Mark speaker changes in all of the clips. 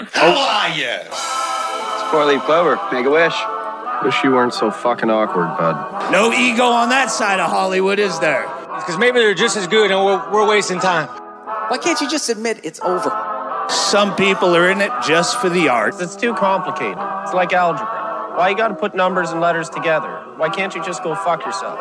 Speaker 1: How are you?
Speaker 2: It's Four Leaf Clover. Make a wish. Wish you weren't so fucking awkward, bud.
Speaker 1: No ego on that side of Hollywood, is there?
Speaker 3: Because maybe they're just as good and we're, we're wasting time.
Speaker 4: Why can't you just admit it's over?
Speaker 1: Some people are in it just for the art.
Speaker 5: It's too complicated. It's like algebra. Why you gotta put numbers and letters together? Why can't you just go fuck yourself?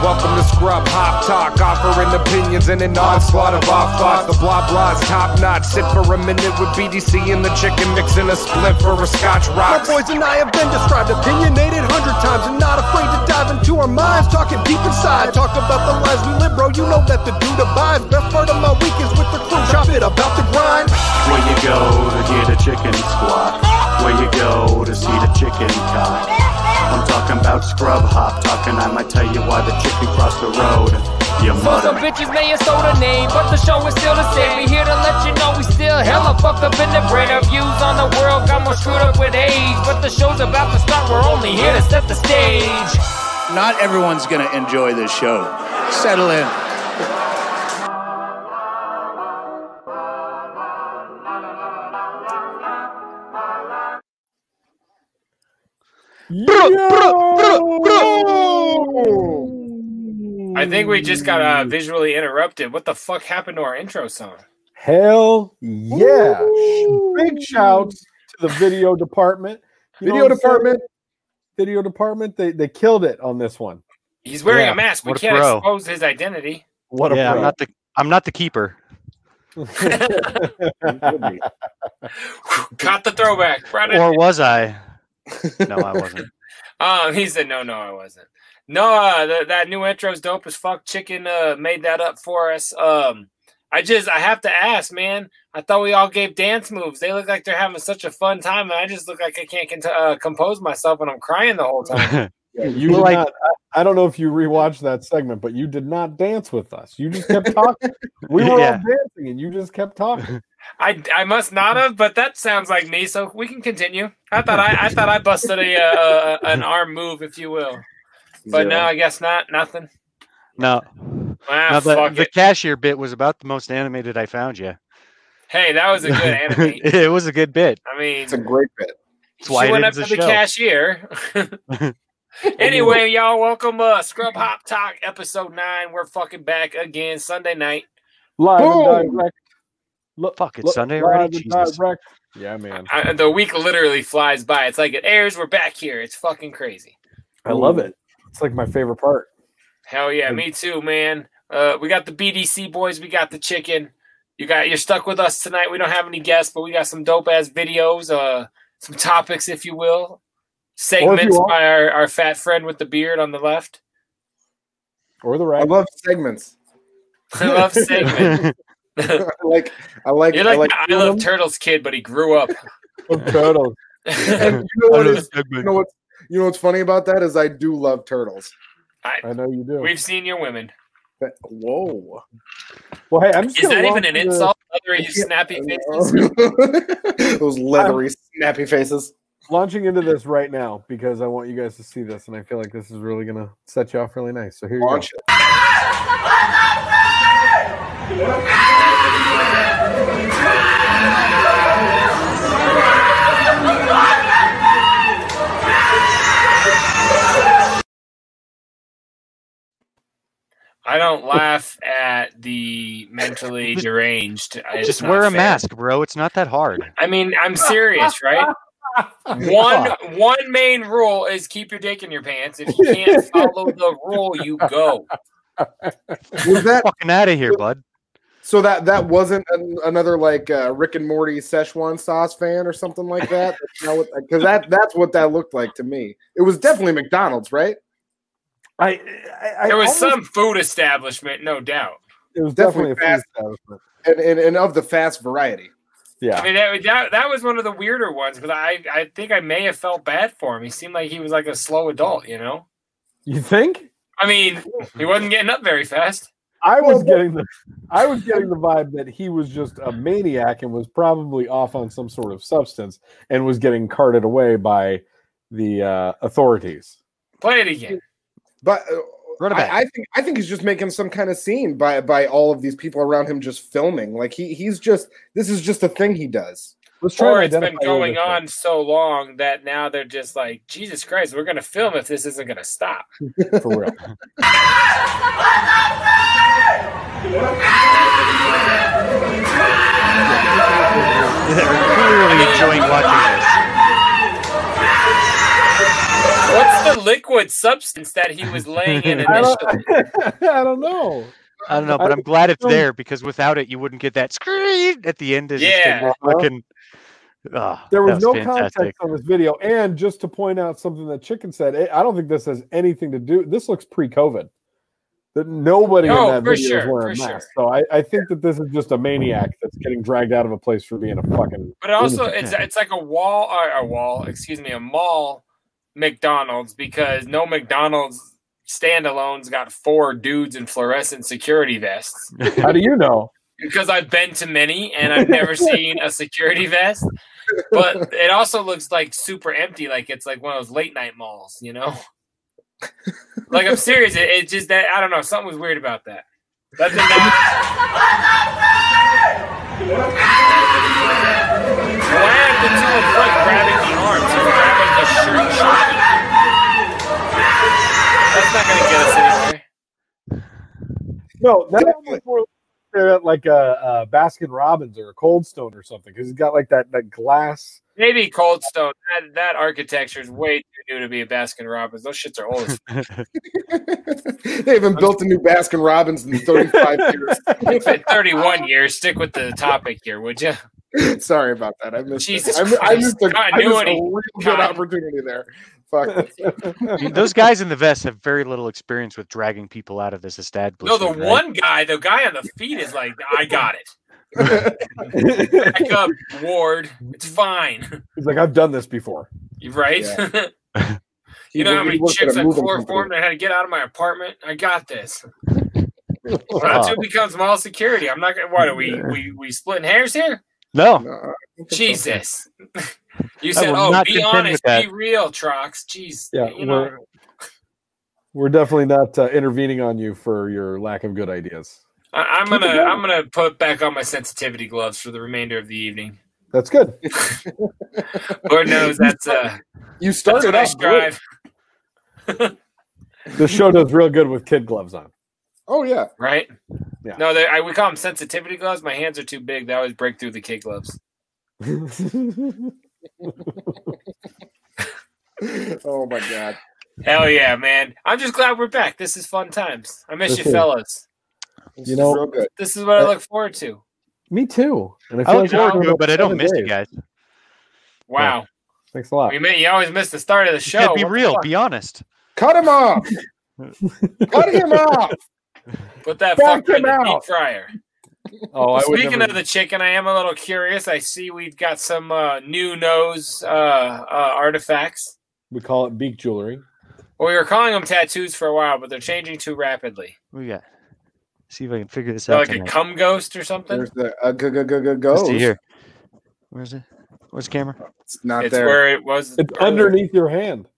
Speaker 6: Welcome to Scrub Hop Talk, offering opinions and an onslaught of our thoughts. The blah blah's top notch. Sit for a minute with BDC and the chicken mix and a split for a scotch rock. My boys and I have been described, opinionated hundred times, and not afraid to dive into our minds. Talking deep inside, talk about the lives we live, bro. You know that the dude abides. Best part of my week is with the crew. Chop it about the grind.
Speaker 7: Where you go to get a chicken squat? Where you go to see the chicken cock? I'm talking about scrub hop talking. I might tell you why the chicken crossed the road. You
Speaker 8: Some
Speaker 7: mother.
Speaker 8: bitches may have sold a name, but the show is still the same. We here to let you know we still hella fucked up in the brain. Our views on the world got more screwed up with age. But the show's about to start, we're only here to set the stage.
Speaker 1: Not everyone's going to enjoy this show. Settle in.
Speaker 3: I think we just got uh, visually interrupted. What the fuck happened to our intro song?
Speaker 9: Hell yeah! Big shouts to the video department. You know
Speaker 10: Video
Speaker 9: what I'm saying?
Speaker 10: department.
Speaker 9: Video department. They they killed it on this one.
Speaker 3: He's wearing
Speaker 10: Yeah,
Speaker 3: a mask. We
Speaker 10: what a
Speaker 3: can't
Speaker 10: pro.
Speaker 3: expose his identity.
Speaker 9: What a
Speaker 10: yeah, I'm
Speaker 9: pro.
Speaker 10: not the I'm not the keeper.
Speaker 3: Caught the throwback. Brought it.
Speaker 10: Or was I? No, I wasn't.
Speaker 3: Um, he said, no, no, I wasn't. No, uh, th- that new intro's dope as fuck. Chicken uh, made that up for us. Um, I just, I have to ask, man. I thought we all gave dance moves. They look like they're having such a fun time, and I just look like I can't cont- uh, compose myself, and I'm crying the whole time.
Speaker 9: You
Speaker 10: Well, like-
Speaker 9: did not, I, I don't know if you rewatched that segment, but you did not dance with us. You just kept talking. we were
Speaker 10: Yeah.
Speaker 9: all dancing, and you just kept talking.
Speaker 3: I, I must not have, but that sounds like me. So we can continue. I thought I, I thought I busted a uh, an arm move, if you will, but no, I guess not. Nothing.
Speaker 10: No,
Speaker 3: Ah,
Speaker 10: no the,
Speaker 3: fuck
Speaker 10: the
Speaker 3: it.
Speaker 10: cashier bit was about the most animated I found you.
Speaker 3: Hey, that was a good anime.
Speaker 10: it was a good bit.
Speaker 3: I mean,
Speaker 2: It's a great bit.
Speaker 10: That's why
Speaker 3: she
Speaker 10: it
Speaker 3: went up
Speaker 10: ends the
Speaker 3: to the
Speaker 10: show.
Speaker 3: cashier. anyway, y'all, welcome uh Scrub Hop Talk episode nine. We're fucking back again Sunday night.
Speaker 9: Live and
Speaker 10: Boom!
Speaker 9: direct. Look,
Speaker 10: Fuck, it's
Speaker 9: look,
Speaker 10: Sunday
Speaker 9: live
Speaker 10: already.
Speaker 9: and
Speaker 10: Jesus.
Speaker 9: direct. Yeah, man.
Speaker 3: I, the week literally flies by. It's like it airs. We're back here. It's fucking crazy.
Speaker 9: I love it. It's like my favorite part.
Speaker 3: Hell yeah, me too, man. Uh, we got the BDC boys. We got the chicken. You got you're stuck with us tonight. We don't have any guests, but we got some dope ass videos, uh, some topics, if you will, segments
Speaker 9: want-
Speaker 3: by our, our fat friend with the beard on the left.
Speaker 9: Or the
Speaker 2: I
Speaker 9: right.
Speaker 2: love segments.
Speaker 3: I love segments.
Speaker 2: I like. I like.
Speaker 3: You're
Speaker 2: I
Speaker 3: like,
Speaker 2: like.
Speaker 3: the I Love Turtles kid, but he grew up.
Speaker 9: Love turtles.
Speaker 2: And you know what is? You know
Speaker 10: Segment.
Speaker 2: what's? You know what's funny about that is I do love turtles.
Speaker 9: I know you do.
Speaker 3: We've seen your women.
Speaker 2: But, whoa.
Speaker 9: Well, hey, I'm just
Speaker 3: Is
Speaker 9: gonna
Speaker 3: that even
Speaker 9: launch
Speaker 3: an
Speaker 9: the-
Speaker 3: insult? Leathery, snappy faces.
Speaker 2: Those leathery, snappy faces.
Speaker 9: launching into this right now because I want you guys to see this, and I feel like this is really gonna set you off really nice. So here you
Speaker 2: Launch
Speaker 9: go.
Speaker 2: it.
Speaker 3: I don't laugh at the mentally deranged. It's
Speaker 10: Just
Speaker 3: not
Speaker 10: wear a
Speaker 3: fair.
Speaker 10: mask, bro. It's not that hard.
Speaker 3: I mean, I'm serious, right? One one main rule is keep your dick in your pants. If you can't follow the rule, you go.
Speaker 2: Was that
Speaker 10: Fucking out of here, bud.
Speaker 2: so? That that wasn't an, another like uh, Rick and Morty Szechuan sauce fan or something like that. Because that that's what that looked like to me. It was definitely McDonald's, right?
Speaker 9: I, I, I
Speaker 3: There was
Speaker 9: almost-
Speaker 3: some food establishment, no doubt.
Speaker 9: It was
Speaker 2: definitely
Speaker 9: definitely a food
Speaker 2: fast.
Speaker 9: establishment.
Speaker 2: And and, and of the fast variety.
Speaker 3: I
Speaker 9: Yeah,
Speaker 3: mean, that, that, that was one of the weirder ones because I, I think I may have felt bad for him. He seemed like he was like a slow adult, you know?
Speaker 9: you think?
Speaker 3: I mean, he wasn't getting up very fast.
Speaker 9: I was getting the, I was getting the vibe that he was just a maniac and was probably off on some sort of substance and was getting carted away by the uh, authorities.
Speaker 3: Play it again.
Speaker 2: But uh,
Speaker 10: Run it back.
Speaker 2: I, I think I think he's just making some kind of scene by by all of these people around him just filming. Like he he's just this is just a thing he does.
Speaker 9: Let's
Speaker 3: or it's been going on so long that now they're just like, Jesus Christ, we're gonna film if this isn't gonna stop.
Speaker 9: for real.
Speaker 10: They're clearly enjoying watching this.
Speaker 3: What's the liquid substance that he was laying in
Speaker 9: I
Speaker 3: initially?
Speaker 9: don't, I don't know.
Speaker 10: I don't know, but I'm glad it's there because without it, you wouldn't get that scream at the end. Of
Speaker 3: Yeah.
Speaker 10: fucking, Ah,
Speaker 9: There
Speaker 10: that
Speaker 9: was, no
Speaker 10: fantastic.
Speaker 9: context on this video. And just to point out something that Chicken said, I I don't think this has anything to do. This looks pre-COVID. That nobody
Speaker 3: No,
Speaker 9: in that
Speaker 3: Oh, for
Speaker 9: video is
Speaker 3: sure,
Speaker 9: wearing
Speaker 3: for
Speaker 9: masks. So I, I think that this is just a maniac
Speaker 10: Mm.
Speaker 9: that's getting dragged out of a place for being a fucking.
Speaker 3: But also,
Speaker 9: lunatic.
Speaker 3: it's it's like a wall or a wall, excuse me, a mall McDonald's because no McDonald's standalone's got four dudes in fluorescent security vests.
Speaker 9: How do you know?
Speaker 3: Because I've been to many and I've never seen a security vest. But it also looks like super empty, like it's like one of those late night malls, you know. Like I'm serious, it, it's just that I don't know, something was weird about that. That did not. Why have the two in front grabbing the arms? He's grabbing the shirt. shoulder. That's not gonna get us anywhere.
Speaker 9: No, that looks more like- like a, a Baskin Robbins or a Cold Stone or something because he's got like that that glass.
Speaker 3: Maybe Cold Stone. That, that architecture is way too new to be a Baskin Robbins. Those shits are old. as
Speaker 2: they haven't built a new Baskin Robbins in 35
Speaker 3: It's been 31 years. Stick with the topic here, would you?
Speaker 2: years. Sorry about that. I missed. it.
Speaker 3: Jesus
Speaker 2: I, mi- I
Speaker 3: Christ.
Speaker 2: missed a, I missed a
Speaker 3: Continuity.
Speaker 2: real good
Speaker 3: God.
Speaker 2: opportunity there. Fuck.
Speaker 10: I mean, Those guys in the vest have very little experience with dragging people out of this
Speaker 3: No,
Speaker 10: establishment. right?
Speaker 3: the one guy, the guy on the feet is like, I got it. Back up, Ward. It's fine.
Speaker 9: He's like, I've done this before.
Speaker 3: You Right?
Speaker 2: He-
Speaker 3: you know how
Speaker 2: he
Speaker 3: many
Speaker 2: worked at
Speaker 3: chicks
Speaker 2: a
Speaker 3: I
Speaker 2: moving
Speaker 3: chloroformed and I had to get out of my apartment? I got this. That's
Speaker 10: Ah,
Speaker 3: who becomes mall security. I'm not gonna what are we we we splitting hairs here?
Speaker 10: no,
Speaker 2: company. No, I don't think so.
Speaker 3: Jesus. You
Speaker 10: I
Speaker 3: said,
Speaker 10: will
Speaker 3: Oh,
Speaker 10: not
Speaker 3: be
Speaker 10: contend with
Speaker 3: honest,
Speaker 10: that.
Speaker 3: be real, Trox. Jeez.
Speaker 9: Yeah,
Speaker 3: you know,
Speaker 9: we're- We're definitely not uh, intervening on you for your lack of good ideas.
Speaker 3: I, I'm
Speaker 9: keep it
Speaker 3: gonna
Speaker 9: going.
Speaker 3: I'm gonna put back on my sensitivity gloves for the remainder of the evening.
Speaker 9: That's good.
Speaker 3: Lord knows that's uh
Speaker 2: You
Speaker 3: that's
Speaker 2: started
Speaker 3: what I
Speaker 2: off. good.
Speaker 3: strive.
Speaker 9: The show does real good with kid gloves on.
Speaker 2: Oh yeah.
Speaker 3: right?
Speaker 9: Yeah.
Speaker 3: No, they- I, we call them sensitivity gloves. My hands are too big. They always break through the kid gloves.
Speaker 2: Oh my god.
Speaker 3: Hell yeah, man! I'm just glad we're back. This is fun times. I miss
Speaker 9: This
Speaker 3: you,
Speaker 9: is-
Speaker 3: fellas.
Speaker 2: This
Speaker 9: You
Speaker 2: is
Speaker 9: know-
Speaker 2: real good.
Speaker 3: This is what I look forward to.
Speaker 9: Me too. And
Speaker 2: Oh.
Speaker 10: I look
Speaker 9: we're
Speaker 10: forward
Speaker 9: going
Speaker 10: to it,
Speaker 9: up
Speaker 10: but I don't
Speaker 9: seven
Speaker 10: miss you
Speaker 9: days.
Speaker 10: guys.
Speaker 3: Wow,
Speaker 9: Thanks a lot.
Speaker 3: we may, you always miss the start of the
Speaker 10: You can't
Speaker 3: show.
Speaker 10: be
Speaker 3: What the
Speaker 10: real.
Speaker 3: fuck?
Speaker 10: Be honest.
Speaker 2: Cut him off. Cut him off.
Speaker 3: Put that
Speaker 2: Fuck
Speaker 3: fucker in
Speaker 2: him
Speaker 3: the
Speaker 2: out.
Speaker 3: deep fryer.
Speaker 9: Oh, I would
Speaker 3: Speaking
Speaker 9: never-
Speaker 3: of the chicken, I am a little curious. I see we've got some uh, new nose uh, uh, artifacts.
Speaker 9: we call it beak jewelry.
Speaker 3: Well, we were calling them tattoos for a while, but they're changing too rapidly.
Speaker 10: We got. See if I can figure this
Speaker 3: They're
Speaker 10: out.
Speaker 3: like a
Speaker 10: tonight.
Speaker 3: cum ghost or something.
Speaker 2: There's the uh, go go go go
Speaker 10: Let's
Speaker 2: go.
Speaker 10: see here. Where's it? Where's the camera?
Speaker 2: It's not
Speaker 3: It's
Speaker 2: there.
Speaker 3: where it was.
Speaker 9: It's
Speaker 3: earlier.
Speaker 9: underneath your hand.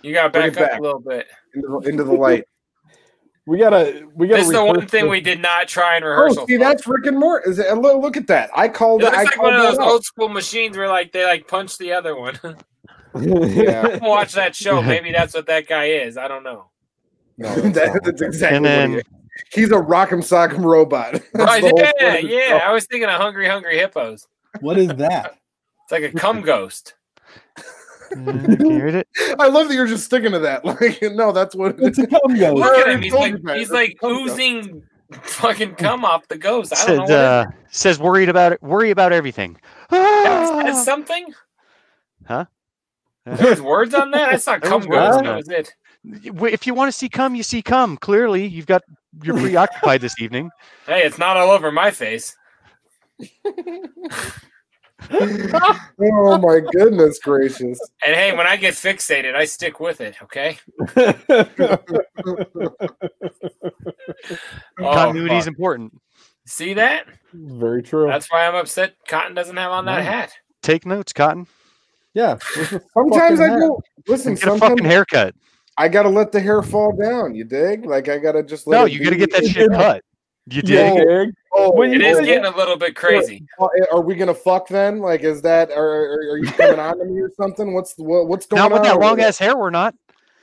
Speaker 3: You got
Speaker 2: Bring
Speaker 3: back
Speaker 2: it
Speaker 3: up
Speaker 2: back.
Speaker 3: a little bit.
Speaker 2: Into, the, into the light.
Speaker 9: We gotta. We gotta.
Speaker 3: This is the
Speaker 9: rehearse
Speaker 3: one thing
Speaker 9: this.
Speaker 3: we did not try in
Speaker 2: Oh,
Speaker 3: rehearsal.
Speaker 2: see, that's Rick and Morty. Is it, look, look at that. I
Speaker 3: it
Speaker 2: called.
Speaker 3: looks
Speaker 2: I
Speaker 3: like
Speaker 2: called
Speaker 3: one of those
Speaker 2: that out.
Speaker 3: old school machines where like they like punch the other one.
Speaker 2: Yeah.
Speaker 3: Watch that show. Maybe that's what that guy is. I don't know.
Speaker 2: No, that's, that's exactly.
Speaker 10: And
Speaker 2: what he
Speaker 10: then
Speaker 2: is. he's a rock'em sock'em robot. That's
Speaker 3: Right,
Speaker 2: the whole point
Speaker 3: yeah,
Speaker 2: of the
Speaker 3: yeah. I was thinking of Hungry Hungry Hippos.
Speaker 9: What is that?
Speaker 3: It's like a cum ghost.
Speaker 10: uh, can you read it?
Speaker 2: show. I love that you're just sticking to that. Like, no, that's what. It
Speaker 9: It's
Speaker 2: is.
Speaker 9: a cum ghost.
Speaker 3: Look at
Speaker 2: already
Speaker 3: him. He's
Speaker 2: told
Speaker 3: like
Speaker 2: you that.
Speaker 3: he's
Speaker 2: That's
Speaker 3: like
Speaker 2: a cum ghost.
Speaker 3: oozing fucking cum off the ghost. I
Speaker 10: Says,
Speaker 3: don't know what
Speaker 10: uh, says worried about it. Worry about everything.
Speaker 3: that
Speaker 10: Ah!
Speaker 3: says something.
Speaker 10: Huh?
Speaker 3: There's words on that. I saw
Speaker 10: There
Speaker 3: cum
Speaker 10: was words
Speaker 3: ghost.
Speaker 10: on
Speaker 3: That
Speaker 10: that.
Speaker 3: was it.
Speaker 10: W- Ah! if you want to see cum, you see cum. Clearly, you've got you're preoccupied this evening.
Speaker 3: Hey, it's not all over my face.
Speaker 2: Oh my goodness gracious!
Speaker 3: And hey, when I get fixated, I stick with it. Okay. Oh,
Speaker 10: Continuity is
Speaker 3: fuck.
Speaker 10: important.
Speaker 3: See that?
Speaker 9: Very true.
Speaker 3: That's why I'm upset Cotton doesn't have on that
Speaker 10: Nice.
Speaker 3: hat.
Speaker 10: Take notes, Cotton.
Speaker 9: yeah.
Speaker 2: Sometimes I
Speaker 9: Fucking
Speaker 2: go. Listen,
Speaker 10: Get a
Speaker 2: sometimes
Speaker 10: fucking haircut.
Speaker 9: I gotta let the hair fall down. You dig? Like I gotta just let
Speaker 10: No,
Speaker 9: it
Speaker 10: you gotta
Speaker 9: be.
Speaker 10: get that shit cut. You dig?
Speaker 9: Oh, eh,
Speaker 3: It is getting a little bit crazy.
Speaker 9: Are we gonna fuck then? Like, is that? Are, are, are you coming on to me or something? What's what, what's going
Speaker 10: Not
Speaker 9: on?
Speaker 10: with that long ass hair, we're not.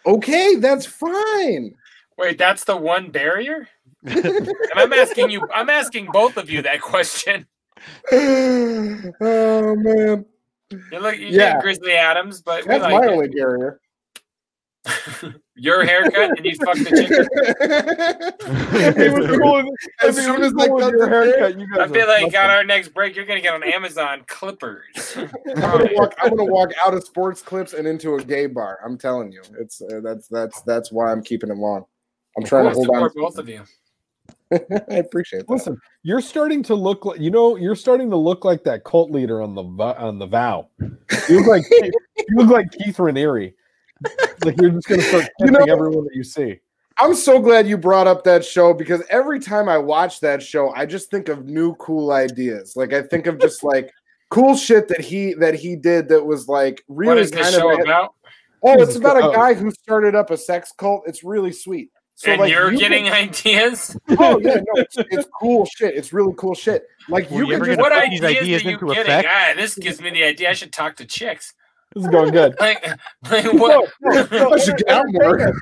Speaker 9: Okay, that's fine.
Speaker 3: Wait, that's the one barrier? and I'm asking you, I'm asking both of you that question.
Speaker 9: oh man,
Speaker 3: You look, you
Speaker 9: Yeah.
Speaker 3: did Grizzly Adams, but we
Speaker 9: that's
Speaker 3: like
Speaker 9: my
Speaker 3: it.
Speaker 9: only barrier.
Speaker 3: your haircut and you fucked the chicken.
Speaker 9: It was cool. As soon as I cut the haircut,
Speaker 11: you
Speaker 3: I feel like on our next break, you're gonna get on Amazon clippers.
Speaker 9: I'm gonna, walk, I'm gonna walk out of sports clips and into a gay bar. I'm telling you, it's uh, that's that's that's why I'm keeping it long. I'm trying to
Speaker 3: I
Speaker 9: hold on.
Speaker 3: support both of you.
Speaker 9: I appreciate that.
Speaker 11: Listen, you're starting to look like you know you're starting to look like that cult leader on the vo- on the vow. You look like you look like Keith Raniere. Like you're just gonna start
Speaker 9: You
Speaker 11: kissing
Speaker 9: know-
Speaker 11: everyone that you see.
Speaker 9: I'm so glad you brought up that show because every time I watch that show, I just think of new cool ideas. Like I think of just like cool shit that he that he did that was like really
Speaker 3: what is
Speaker 9: kind
Speaker 3: this
Speaker 9: of
Speaker 3: show
Speaker 9: a-
Speaker 3: about?
Speaker 9: Oh, it's
Speaker 11: Jesus
Speaker 9: about a
Speaker 11: Christ.
Speaker 9: guy who started up a sex cult. It's really sweet. So
Speaker 3: and
Speaker 9: like
Speaker 3: you're
Speaker 9: you
Speaker 3: getting
Speaker 9: can-
Speaker 3: ideas.
Speaker 9: Oh yeah, no, it's, it's cool shit. It's really cool shit. Like
Speaker 10: Were
Speaker 9: you
Speaker 10: you
Speaker 9: can
Speaker 10: ever
Speaker 9: just
Speaker 10: gonna
Speaker 3: What
Speaker 10: put these
Speaker 3: ideas,
Speaker 10: ideas
Speaker 3: are you
Speaker 10: into
Speaker 3: getting?
Speaker 10: effect?
Speaker 3: Ah, this gives me the idea. I should talk to chicks.
Speaker 11: This is going good.
Speaker 3: Like, like what?
Speaker 9: I should get out more.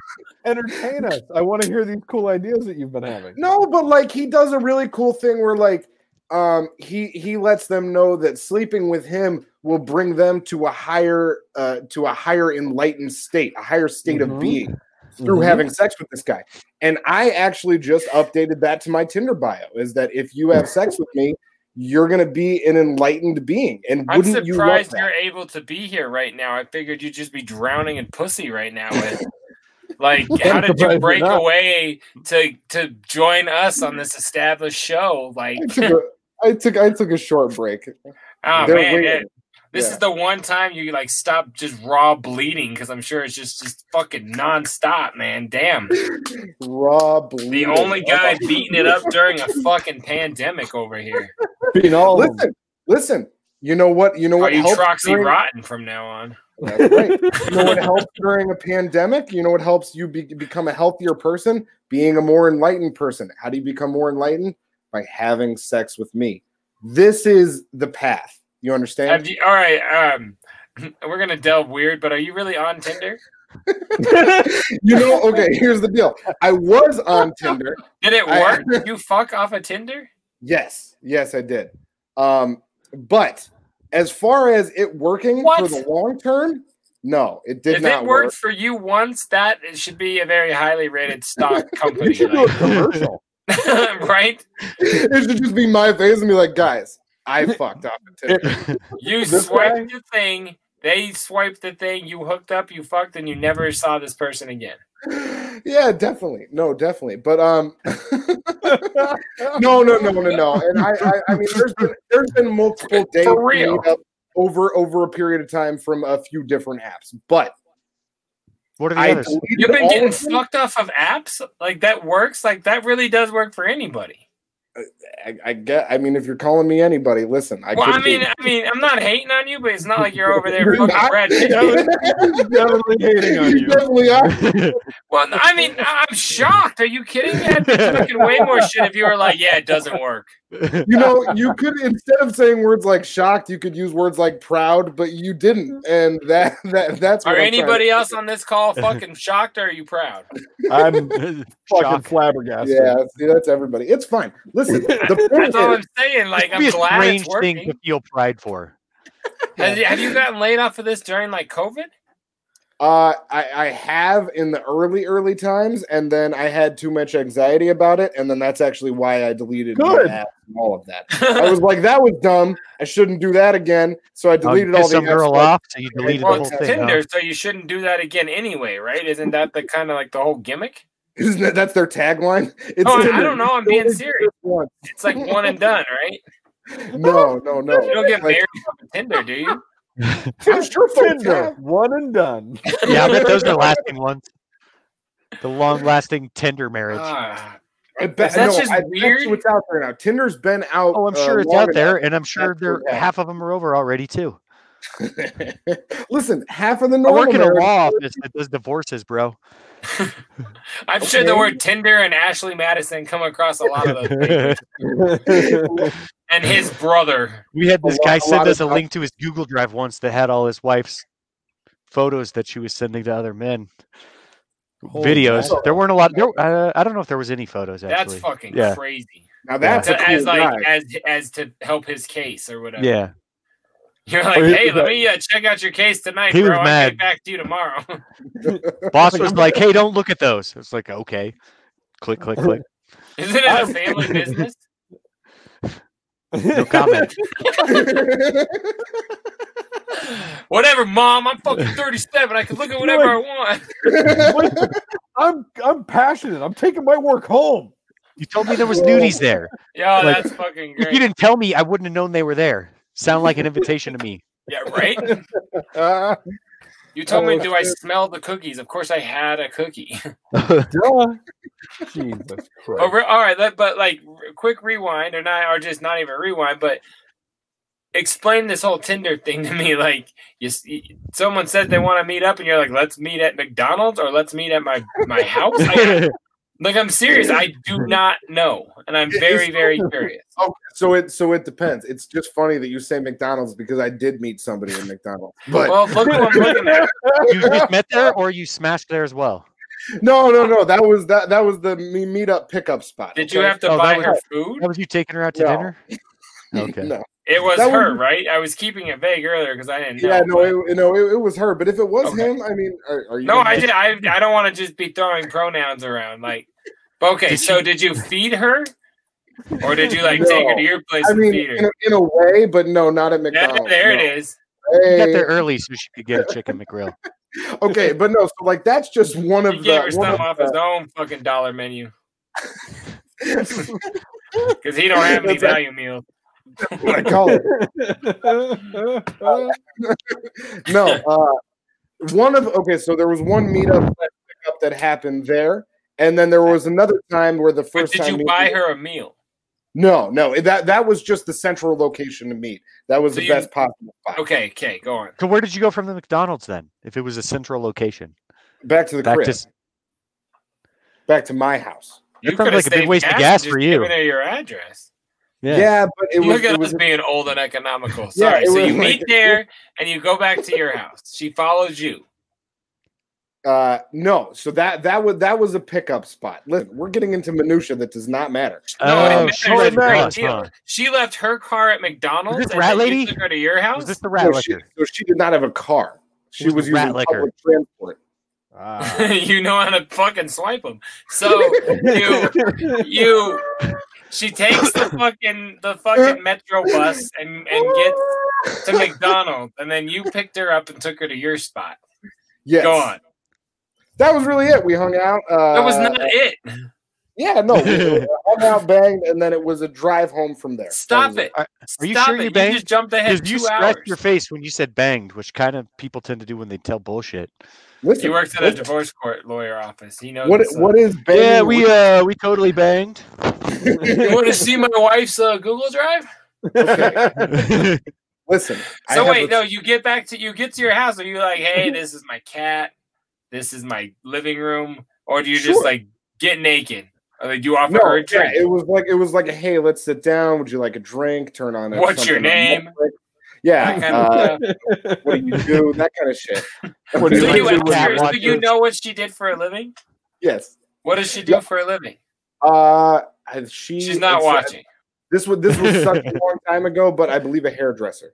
Speaker 11: Entertain us. I want to hear these cool ideas that you've been having.
Speaker 9: No, but like he does a really cool thing where like um he he lets them know that sleeping with him will bring them to a higher uh to a higher enlightened state, a higher state of
Speaker 3: Mm-hmm.
Speaker 11: Mhm.
Speaker 9: being through
Speaker 11: Mhm.
Speaker 9: having sex with this guy. And I actually just updated that to my Tinder bio is that if you have sex with me, you're going to be an enlightened being. And
Speaker 3: I'm
Speaker 9: wouldn't you love
Speaker 3: surprised
Speaker 9: that?
Speaker 3: you're able to be here right now. I figured you'd just be drowning in pussy right now. With, like, how did
Speaker 11: surprised
Speaker 3: you
Speaker 11: you're
Speaker 3: break
Speaker 11: not.
Speaker 3: away to to join us on this established show? Like,
Speaker 9: I took, a, I took I took a short break.
Speaker 3: oh
Speaker 9: They're
Speaker 3: man,
Speaker 9: waiting.
Speaker 3: it- this
Speaker 9: Yeah.
Speaker 3: is the one time you like stop just raw bleeding because I'm sure it's just just fucking nonstop, man. Damn,
Speaker 9: Raw
Speaker 3: the
Speaker 9: bleeding.
Speaker 3: only guy beating it up during a fucking pandemic over here.
Speaker 11: Being all of them.
Speaker 9: Listen, listen. You know what? You know
Speaker 3: Are
Speaker 9: what?
Speaker 3: you
Speaker 9: helps
Speaker 3: Troxy
Speaker 9: during-
Speaker 3: Rotten from now on?
Speaker 9: That's right. You know what helps during a pandemic? You know what helps you be- become a healthier person? Being a more enlightened person. How do you become more enlightened? By having sex with me. This is the path. You
Speaker 3: Have
Speaker 9: understand?
Speaker 3: you, all right, um, we're gonna delve weird, but are you really on Tinder?
Speaker 9: You know, okay, here's the deal. I was on Tinder.
Speaker 3: Did it
Speaker 9: I-
Speaker 3: work? Did you fuck off a Tinder?
Speaker 9: Yes, yes, I did. Um, but as far as it working for
Speaker 3: What?
Speaker 9: the long term, no, it did
Speaker 3: if
Speaker 9: not
Speaker 3: it worked
Speaker 9: work.
Speaker 3: for you once, that it should be a very highly rated stock company, like,
Speaker 11: commercial.
Speaker 3: right?
Speaker 9: it should just be my face and be like, guys, I fucked off on Tinder.
Speaker 3: You
Speaker 11: This
Speaker 3: swiped the thing, they swiped the thing, you hooked up, you fucked, and you never saw this person again.
Speaker 9: yeah, definitely. No, definitely. But um, no, no, no, no, no. And I, I, I mean, there's been there's been multiple dates
Speaker 3: For real.
Speaker 9: made up over over a period of time from a few different apps, but
Speaker 10: What are the
Speaker 9: I
Speaker 10: others?
Speaker 9: deleted
Speaker 3: You've been
Speaker 9: all
Speaker 3: getting
Speaker 9: of them.
Speaker 3: fucked off of apps? Like that works? Like that really does work for anybody.
Speaker 9: I, I get. I mean, if you're calling me anybody, listen. I
Speaker 3: well,
Speaker 9: could
Speaker 3: I mean,
Speaker 9: be.
Speaker 3: I mean, I'm not hating on you, but it's not like you're over there
Speaker 9: You're
Speaker 3: fucking
Speaker 9: not-
Speaker 3: Brad Pitt.
Speaker 11: Definitely hating on
Speaker 9: you
Speaker 11: you.
Speaker 9: definitely are.
Speaker 3: Well, I mean, I- I'm shocked. Are you kidding me? I'd be fucking way more shit if you were like, yeah, it doesn't work.
Speaker 9: You know, you could instead of saying words like shocked, you could use words like proud, but you didn't, and that that that's.
Speaker 3: Are
Speaker 9: what I'm trying to-
Speaker 3: anybody else on this call fucking shocked or are you proud?
Speaker 11: I'm fucking
Speaker 10: Shock.
Speaker 11: flabbergasted.
Speaker 9: Yeah, see, that's everybody. It's fine. Listen, the point
Speaker 3: That's all
Speaker 9: is,
Speaker 3: I'm saying. Like,
Speaker 10: It'd be
Speaker 3: I'm
Speaker 10: a
Speaker 3: glad it's
Speaker 10: strange thing
Speaker 3: working.
Speaker 10: to feel pride for.
Speaker 3: Has- have you gotten laid off of this during like COVID?
Speaker 9: Uh, I, I have in the early, early times, and then I had too much anxiety about it, and then that's actually why I deleted my
Speaker 11: Good.
Speaker 9: app and all of that. I was like, that was dumb. I shouldn't do that again. So I
Speaker 10: Oh, you
Speaker 9: deleted all
Speaker 10: pissed
Speaker 9: the
Speaker 10: some
Speaker 9: apps,
Speaker 10: girl
Speaker 9: like,
Speaker 10: off, so you deleted
Speaker 3: well,
Speaker 10: the whole
Speaker 3: it's
Speaker 10: thing. huh?
Speaker 3: Tinder, so you shouldn't do that again anyway, right? Isn't that the kind of like the whole gimmick?
Speaker 9: Isn't that that's their tagline? It's
Speaker 3: No, Oh, I- I
Speaker 9: Tinder.
Speaker 3: don't know. I'm
Speaker 9: You
Speaker 3: being
Speaker 9: only do
Speaker 3: serious.
Speaker 9: it once.
Speaker 3: It's like one and done, right?
Speaker 9: No, no, no.
Speaker 3: You don't get
Speaker 9: Like,
Speaker 3: married off of Tinder, do you?
Speaker 9: I'm sure folks
Speaker 11: Tinder,
Speaker 9: have.
Speaker 11: one and done.
Speaker 10: yeah, I bet those are the lasting ones. The long-lasting Tinder marriage.
Speaker 9: Uh,
Speaker 3: Ah,
Speaker 9: I bet,
Speaker 3: Is that
Speaker 9: no,
Speaker 3: just
Speaker 9: I bet
Speaker 3: weird?
Speaker 9: you it's out there now. Tinder's been out.
Speaker 10: oh, I'm
Speaker 9: uh,
Speaker 10: sure it's
Speaker 9: long
Speaker 10: out there,
Speaker 9: enough.
Speaker 10: and I'm sure
Speaker 9: That's
Speaker 10: there
Speaker 9: what happened.
Speaker 10: half of them are over already too.
Speaker 9: Listen, half of the
Speaker 10: I
Speaker 9: North
Speaker 10: work in a
Speaker 9: American-
Speaker 10: law office that does divorces, bro.
Speaker 3: I'm sure the
Speaker 9: Okay.
Speaker 3: word Tinder and Ashley Madison come across a lot of those. papers. and his brother.
Speaker 10: We had
Speaker 9: A
Speaker 10: this
Speaker 9: lot-
Speaker 10: guy
Speaker 9: a
Speaker 10: send
Speaker 9: lot
Speaker 10: us a
Speaker 9: of-
Speaker 10: link to his Google Drive once that had all his wife's photos that she was sending to other men.
Speaker 12: Holy
Speaker 10: Videos.
Speaker 12: cow.
Speaker 10: There weren't a lot. There, uh, I don't know if there was any photos. Actually,
Speaker 3: That's fucking
Speaker 10: Yeah.
Speaker 3: crazy.
Speaker 9: Now that's
Speaker 3: To-
Speaker 9: a cool
Speaker 3: as like
Speaker 9: guy.
Speaker 3: as as to help his case or whatever.
Speaker 10: yeah.
Speaker 3: You're like,
Speaker 12: Or he-
Speaker 3: hey, let me uh, check out your case tonight,
Speaker 10: He was
Speaker 3: bro. I'll
Speaker 10: mad.
Speaker 3: get back to you tomorrow.
Speaker 10: Boss was like, "Hey, don't look at those." It's like, okay, click, click, click.
Speaker 3: Isn't it a family business?
Speaker 10: No comment.
Speaker 3: Whatever, mom. I'm fucking 37. I can look at whatever I want.
Speaker 12: I'm I'm passionate. I'm taking my work home.
Speaker 10: You told me there was nudies there.
Speaker 3: Yo,
Speaker 10: Like-
Speaker 3: that's fucking
Speaker 10: If you
Speaker 3: great.
Speaker 10: didn't tell me, I wouldn't have known they were there. Sound like an invitation to me.
Speaker 3: Yeah, right.
Speaker 9: Uh,
Speaker 3: You told me,
Speaker 9: Oh,
Speaker 3: do I smell the cookies? Of course, I had a cookie.
Speaker 12: Duh. Jesus Christ.
Speaker 3: Oh, re- all right, that, but like r- quick rewind, or not, or just not even rewind, but explain this whole Tinder thing to me. Like, you, s- y- someone said they want to meet up, and you're like, "Let's meet at McDonald's or let's meet at my my house." I, like, I'm serious. I do not know, and I'm
Speaker 9: It-
Speaker 3: very
Speaker 9: it's-
Speaker 3: very curious.
Speaker 9: oh, so it so it depends. It's just funny that you say McDonald's because I did meet somebody at McDonald's. But
Speaker 3: Well, look what I'm looking at.
Speaker 10: you just met there, or you smashed there as well.
Speaker 9: no, no, no. That was that that was the me meetup pickup spot.
Speaker 3: Did you
Speaker 9: okay?
Speaker 3: have to
Speaker 10: Oh, that
Speaker 3: buy
Speaker 10: was-
Speaker 3: her food?
Speaker 10: That was you taking her out to
Speaker 9: No.
Speaker 10: dinner. Okay.
Speaker 9: No.
Speaker 3: It was
Speaker 9: That
Speaker 3: her,
Speaker 9: was-
Speaker 3: right? I was keeping it vague earlier because I didn't know.
Speaker 9: Yeah, no,
Speaker 3: but-
Speaker 9: it, no, it, it was her. But if it was
Speaker 3: Okay.
Speaker 9: him, I mean, are, are you?
Speaker 3: No,
Speaker 9: gonna-
Speaker 3: I did. I I don't want to just be throwing pronouns around. Like, okay,
Speaker 10: Did
Speaker 3: so did you feed her, or did you like take her to
Speaker 9: No.
Speaker 3: your place
Speaker 9: I
Speaker 3: and
Speaker 9: mean,
Speaker 3: feed
Speaker 9: in a,
Speaker 3: her?
Speaker 9: in a way, but no, not at
Speaker 3: Yeah,
Speaker 9: McDonald's.
Speaker 3: there
Speaker 9: no.
Speaker 3: it is.
Speaker 10: You got
Speaker 9: Hey.
Speaker 10: there early so she could get a chicken McGrill.
Speaker 9: okay, but no, so like that's just one
Speaker 3: He
Speaker 9: of
Speaker 3: gave her
Speaker 9: the. one
Speaker 3: stuff
Speaker 9: of
Speaker 3: off
Speaker 9: the-
Speaker 3: his own fucking dollar menu because he don't have any
Speaker 9: That's like-
Speaker 3: value meals.
Speaker 9: what I call it. no, uh, one of okay. So there was one meetup that, pickup that happened there, and then there was another time where the
Speaker 3: But
Speaker 9: first
Speaker 3: did
Speaker 9: time
Speaker 3: you
Speaker 9: we-
Speaker 3: buy her a meal?
Speaker 9: No, no, that that was just the central location to meet. That was
Speaker 3: So
Speaker 9: the
Speaker 3: you-
Speaker 9: best possible spot.
Speaker 3: Okay, okay, go on.
Speaker 10: So where did you go from the McDonald's then? If it was a central location,
Speaker 9: Back to the
Speaker 10: back
Speaker 9: crib,
Speaker 10: to s-
Speaker 9: back to my house.
Speaker 10: That
Speaker 3: You
Speaker 10: sounds
Speaker 3: could
Speaker 10: like a big waste of gas for you.
Speaker 3: Giving her your address.
Speaker 9: Yeah, but it was,
Speaker 3: Look
Speaker 9: it
Speaker 3: at
Speaker 9: was
Speaker 3: us being old and economical.
Speaker 9: Yeah,
Speaker 3: Sorry.
Speaker 9: it
Speaker 3: so
Speaker 9: was
Speaker 3: you
Speaker 9: like-
Speaker 3: meet there and you go back to your house. She follows you.
Speaker 9: uh, no. So that that was that was a pickup spot. Listen, we're getting into minutia that does not matter.
Speaker 3: No,
Speaker 10: Oh,
Speaker 3: it
Speaker 10: she
Speaker 3: matters
Speaker 10: lived
Speaker 3: a great
Speaker 10: with us,
Speaker 3: deal.
Speaker 10: huh?
Speaker 3: She left her car at McDonald's.
Speaker 10: Is this
Speaker 3: and
Speaker 10: Rat
Speaker 3: then you
Speaker 10: Lady?
Speaker 3: took her to your house.
Speaker 10: Was this the
Speaker 9: So
Speaker 10: rat
Speaker 9: she,
Speaker 10: liquor?
Speaker 9: so she did not have a car. She
Speaker 10: was
Speaker 9: was
Speaker 10: the
Speaker 9: using
Speaker 10: rat liquor?
Speaker 9: public transport.
Speaker 12: Ah.
Speaker 3: you know how to fucking swipe them. So you, you, she takes the fucking the fucking metro bus and and gets to McDonald's, and then you picked her up and took her to your spot.
Speaker 9: Yes.
Speaker 3: Go on.
Speaker 9: That was really it. We hung out. Uh,
Speaker 3: That was not it.
Speaker 9: Yeah, no. We hung out, banged, and then it was a drive home from there.
Speaker 3: Stop it.
Speaker 10: Are you
Speaker 3: Stop
Speaker 10: sure
Speaker 3: it.
Speaker 10: you banged?
Speaker 3: just jumped ahead
Speaker 10: Because you
Speaker 3: two
Speaker 10: scratched
Speaker 3: hours.
Speaker 10: your face when you said banged, which kind of people tend to do when they tell bullshit.
Speaker 9: Listen,
Speaker 3: He works at a
Speaker 9: listen,
Speaker 3: divorce court lawyer office. He knows
Speaker 9: what
Speaker 3: what's up.
Speaker 9: what is banging?
Speaker 10: yeah, we uh we totally banged.
Speaker 3: You want to see my wife's uh, Google Drive?
Speaker 10: I
Speaker 9: listen. I
Speaker 3: So
Speaker 9: have
Speaker 3: wait,
Speaker 9: a-
Speaker 3: no, you get back to you get to your house, and you like, hey, this is my cat, this is my living room, or do you just
Speaker 9: Sure.
Speaker 3: like get naked? Or like you offer
Speaker 9: No,
Speaker 3: her a
Speaker 9: yeah,
Speaker 3: drink?
Speaker 9: it was like it was like, hey, let's sit down. Would you like a drink? Turn on. a-
Speaker 3: What's your
Speaker 9: something on
Speaker 3: name?
Speaker 9: Netflix." Yeah,
Speaker 3: That kind
Speaker 9: uh,
Speaker 3: of stuff.
Speaker 9: what do you do? That kind of shit.
Speaker 12: What do
Speaker 3: So
Speaker 12: you
Speaker 3: you
Speaker 12: like
Speaker 3: ask
Speaker 12: to
Speaker 3: her,
Speaker 12: do?
Speaker 3: so you know what she did for a living?
Speaker 9: Yes.
Speaker 3: What does she do
Speaker 9: Yeah.
Speaker 3: for a living?
Speaker 9: Uh, she
Speaker 3: She's not
Speaker 9: it's-
Speaker 3: watching.
Speaker 9: This was this was such a long time ago, but I believe a hairdresser.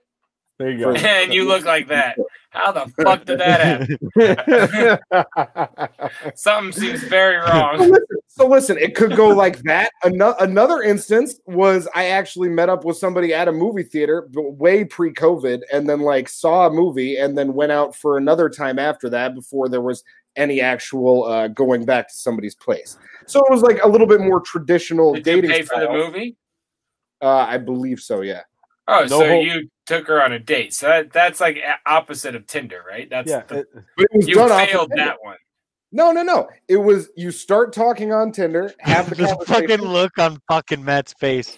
Speaker 12: There you go.
Speaker 3: And you look like that. How the fuck did that happen? Something seems very
Speaker 9: So
Speaker 3: wrong.
Speaker 9: listen, so listen, it could go like that. Another another instance was I actually met up with somebody at a movie theater b- way pre-COVID, and then like saw a movie, and then went out for another time after that before there was any actual uh, going back to somebody's place. So it was like a little bit more traditional
Speaker 3: Did you
Speaker 9: dating.
Speaker 3: pay for the
Speaker 9: style.
Speaker 3: movie?
Speaker 9: Uh, I believe so. Yeah.
Speaker 3: Oh,
Speaker 12: No
Speaker 3: so
Speaker 12: whole-
Speaker 3: you took her on a date. So that, that's like a- opposite of Tinder, right? That's
Speaker 12: Yeah.
Speaker 3: the,
Speaker 12: it-
Speaker 9: But it was
Speaker 3: you
Speaker 9: done off of
Speaker 3: failed
Speaker 9: Tinder.
Speaker 3: that one.
Speaker 9: No, no, no. It was you start talking on Tinder, have the
Speaker 10: This fucking
Speaker 9: conversation.
Speaker 10: look on fucking Matt's face.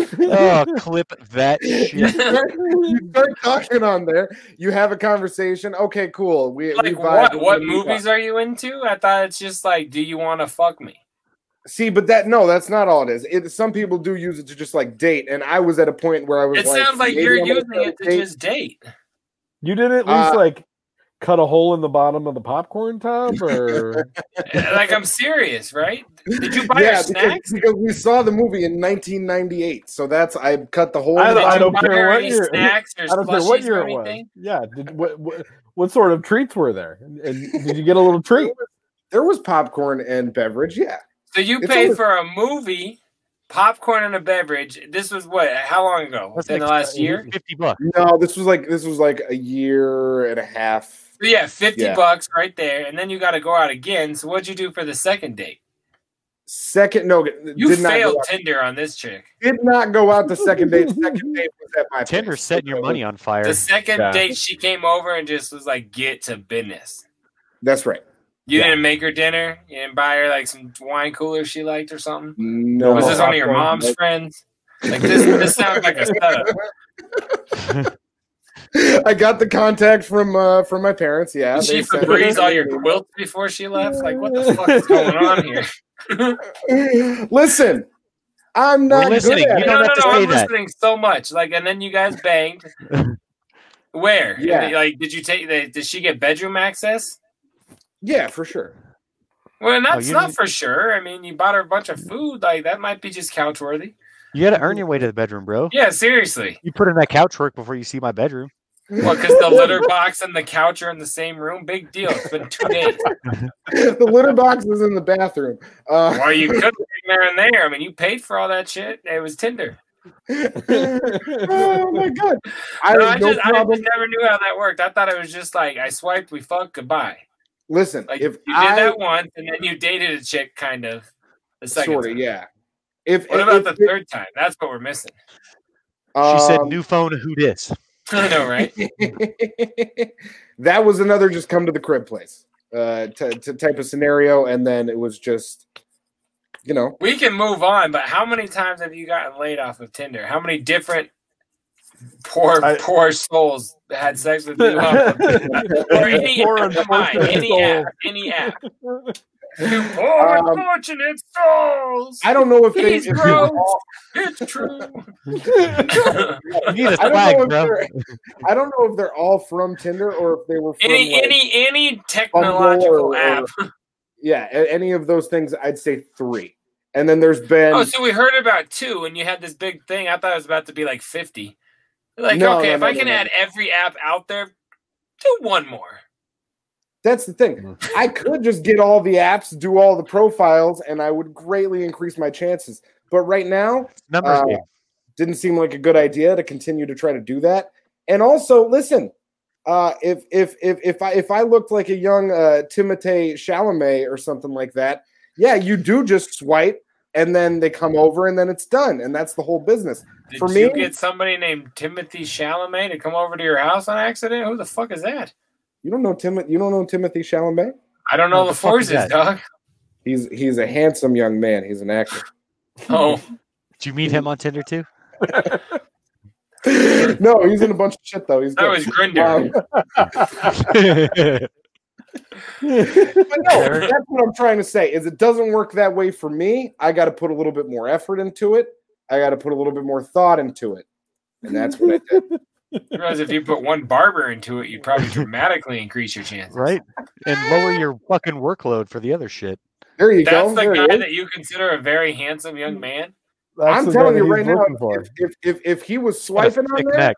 Speaker 10: oh, clip that
Speaker 9: you,
Speaker 10: shit.
Speaker 9: start, you start talking on there. You have a conversation. Okay, cool. We we
Speaker 3: Like
Speaker 9: vibe.
Speaker 3: what? What
Speaker 9: We
Speaker 3: movies
Speaker 9: vibe.
Speaker 3: are you into? I thought it's just like, do you want to fuck me?
Speaker 9: See, but that no, that's not all it is. It, some people do use it to just like date, and I was at a point where I was.
Speaker 3: It sounds like
Speaker 9: maybe
Speaker 3: you're
Speaker 9: I'm gonna
Speaker 3: using
Speaker 9: start
Speaker 3: it to
Speaker 9: dating.
Speaker 3: just date.
Speaker 13: You did at least
Speaker 9: Uh,
Speaker 13: like cut a hole in the bottom of the popcorn top, or
Speaker 3: like I'm serious, right? Did you buy
Speaker 9: yeah,
Speaker 3: her
Speaker 9: because-
Speaker 3: snacks?
Speaker 9: Because, we saw the movie in 1998, so that's I cut the whole.
Speaker 13: I don't-
Speaker 3: Did you buy
Speaker 13: care
Speaker 3: her
Speaker 13: what
Speaker 3: any
Speaker 13: you're-
Speaker 3: snacks or
Speaker 13: I don't care what
Speaker 3: slushies
Speaker 13: year
Speaker 3: or
Speaker 13: it was.
Speaker 3: anything?
Speaker 13: Yeah, did, what, what what sort of treats were there? And, and did you get a little treat?
Speaker 9: there was popcorn and beverage. Yeah,
Speaker 3: So you
Speaker 9: It's
Speaker 3: paid
Speaker 9: only-
Speaker 3: for a movie, popcorn, and a beverage. This was what? How long ago? Within the last year?
Speaker 10: Fifty bucks.
Speaker 9: no, this was like this was like a year and a half.
Speaker 3: So yeah, fifty
Speaker 9: Yeah.
Speaker 3: bucks right there, and then you got to go out again. So what'd you do for the second date?
Speaker 9: Second, no,
Speaker 3: You
Speaker 9: did not
Speaker 3: failed
Speaker 9: go out,
Speaker 3: Tinder on this chick.
Speaker 9: did not go out the second date. Second date was at my
Speaker 10: Tinder's
Speaker 9: place.
Speaker 10: setting your money on fire.
Speaker 3: The second
Speaker 13: Yeah.
Speaker 3: date, she came over and just was like, "Get to business."
Speaker 9: That's right.
Speaker 3: You
Speaker 13: Yeah.
Speaker 3: didn't make her dinner. You didn't buy her like some wine cooler she liked or something.
Speaker 9: No,
Speaker 3: was this one of your
Speaker 9: popcorn,
Speaker 3: mom's
Speaker 9: like-
Speaker 3: friends? Like this, this sounds like a setup.
Speaker 9: I got the contact from uh from my parents. Yeah,
Speaker 3: Did she
Speaker 9: they sent-
Speaker 3: Febreze all your quilts before she left? Like, what the fuck is going on here?
Speaker 9: Listen, I'm
Speaker 10: We're
Speaker 9: not
Speaker 10: listening.
Speaker 9: Good at
Speaker 10: You
Speaker 9: it.
Speaker 10: don't
Speaker 3: no, no,
Speaker 10: have to
Speaker 3: no,
Speaker 10: say
Speaker 3: I'm
Speaker 10: that.
Speaker 3: listening so much. Like, and then you guys banged. Where?
Speaker 9: Yeah.
Speaker 3: Like, did you take? They, did she get bedroom access?
Speaker 9: Yeah, for sure.
Speaker 3: Well, and that's
Speaker 10: Oh, you
Speaker 3: not
Speaker 10: didn't-
Speaker 3: for sure. I mean, you bought her a bunch of food. Like, that might be just couch worthy.
Speaker 10: You gotta earn your way to the bedroom, bro.
Speaker 3: Yeah, seriously.
Speaker 10: You put in that couch work before you see my bedroom.
Speaker 3: Well, because the litter box and the couch are in the same room. Big deal. It's been two days.
Speaker 9: the litter box is in the bathroom. Uh,
Speaker 3: Why you couldn't been there and there? I mean, you paid for all that shit. It was Tinder.
Speaker 9: oh my god! I,
Speaker 3: No,
Speaker 9: have
Speaker 3: I
Speaker 9: no
Speaker 3: just, I
Speaker 9: problem.
Speaker 3: just never knew how that worked. I thought it was just like I swiped, we fucked, goodbye.
Speaker 9: Listen,
Speaker 3: Like
Speaker 9: if
Speaker 3: you did
Speaker 9: I
Speaker 3: that once, and then you dated a chick, kind of. The second
Speaker 9: sort of
Speaker 3: time.
Speaker 9: yeah. If
Speaker 3: What
Speaker 9: if-
Speaker 3: about the
Speaker 9: if-
Speaker 3: third time? That's what we're missing.
Speaker 10: She said,
Speaker 9: um,
Speaker 10: "New phone, who dis?"
Speaker 3: I know, right?
Speaker 9: that was another just come to the crib place uh, t- t- type of scenario, and then it was just, you know,
Speaker 3: We can move on, but how many times have you gotten laid off of Tinder? How many different poor
Speaker 13: I-
Speaker 3: poor souls had sex with you? off of- or any,
Speaker 13: Poor
Speaker 3: come on,
Speaker 13: unfortunate
Speaker 3: any app, any app. You poor
Speaker 9: Um,
Speaker 3: unfortunate souls.
Speaker 9: I don't know if they.
Speaker 3: He's
Speaker 9: If
Speaker 3: gross. It's true.
Speaker 10: You need a
Speaker 9: I
Speaker 10: swag,
Speaker 9: don't, know
Speaker 10: bro.
Speaker 9: if they're, I don't know if they're all from Tinder or if they were from
Speaker 3: any
Speaker 9: like,
Speaker 3: any any
Speaker 9: Bumble
Speaker 3: technological
Speaker 9: or-
Speaker 3: app.
Speaker 9: or- yeah, a- any of those things. I'd say three, and then there's been.
Speaker 3: oh, so we heard about two, and you had this big thing. I thought it was about to be like fifty. Like,
Speaker 9: No,
Speaker 3: okay,
Speaker 9: no,
Speaker 3: if
Speaker 9: no,
Speaker 3: I
Speaker 9: no,
Speaker 3: can
Speaker 9: no.
Speaker 3: add every app out there, do one more.
Speaker 9: That's the thing. I could just get all the apps, do all the profiles, and I would greatly increase my chances. But right now,
Speaker 10: Numbers
Speaker 9: Uh,
Speaker 10: game.
Speaker 9: didn't seem like a good idea to continue to try to do that. And also, listen, uh, if if if if I if I looked like a young uh, Timothée Chalamet or something like that, yeah, you do just swipe, and then they come over, and then it's done, and that's the whole business.
Speaker 3: Did
Speaker 9: For
Speaker 3: you
Speaker 9: me-
Speaker 3: get somebody named Timothy Chalamet to come over to your house on accident? Who the fuck is that?
Speaker 9: You don't know Tim. You don't know Timothy Chalamet.
Speaker 3: I don't know
Speaker 10: Who
Speaker 3: the
Speaker 10: the fuck is
Speaker 3: forces,
Speaker 10: that?
Speaker 3: dog.
Speaker 9: He's he's a handsome young man. He's an actor.
Speaker 3: Oh,
Speaker 10: Did you meet him on Tinder too?
Speaker 9: no, he's in a bunch of shit though. He's
Speaker 3: that
Speaker 9: good.
Speaker 3: was Grinder.
Speaker 9: Um, but no, that's what I'm trying to say is it doesn't work that way for me. I got to put a little bit more effort into it. I got to put a little bit more thought into it, and that's what I did.
Speaker 3: You realize if you put one barber into it, you'd probably dramatically increase your chances.
Speaker 10: right? And lower your fucking workload for the other shit.
Speaker 9: There you
Speaker 3: That's
Speaker 9: go.
Speaker 3: the
Speaker 9: There it
Speaker 3: guy
Speaker 9: is.
Speaker 3: that you consider a very handsome young man.
Speaker 9: I'm telling you right now,
Speaker 13: looking for.
Speaker 9: if, if, if if he was
Speaker 10: What a
Speaker 9: swiping on
Speaker 10: thick
Speaker 9: there,
Speaker 10: neck.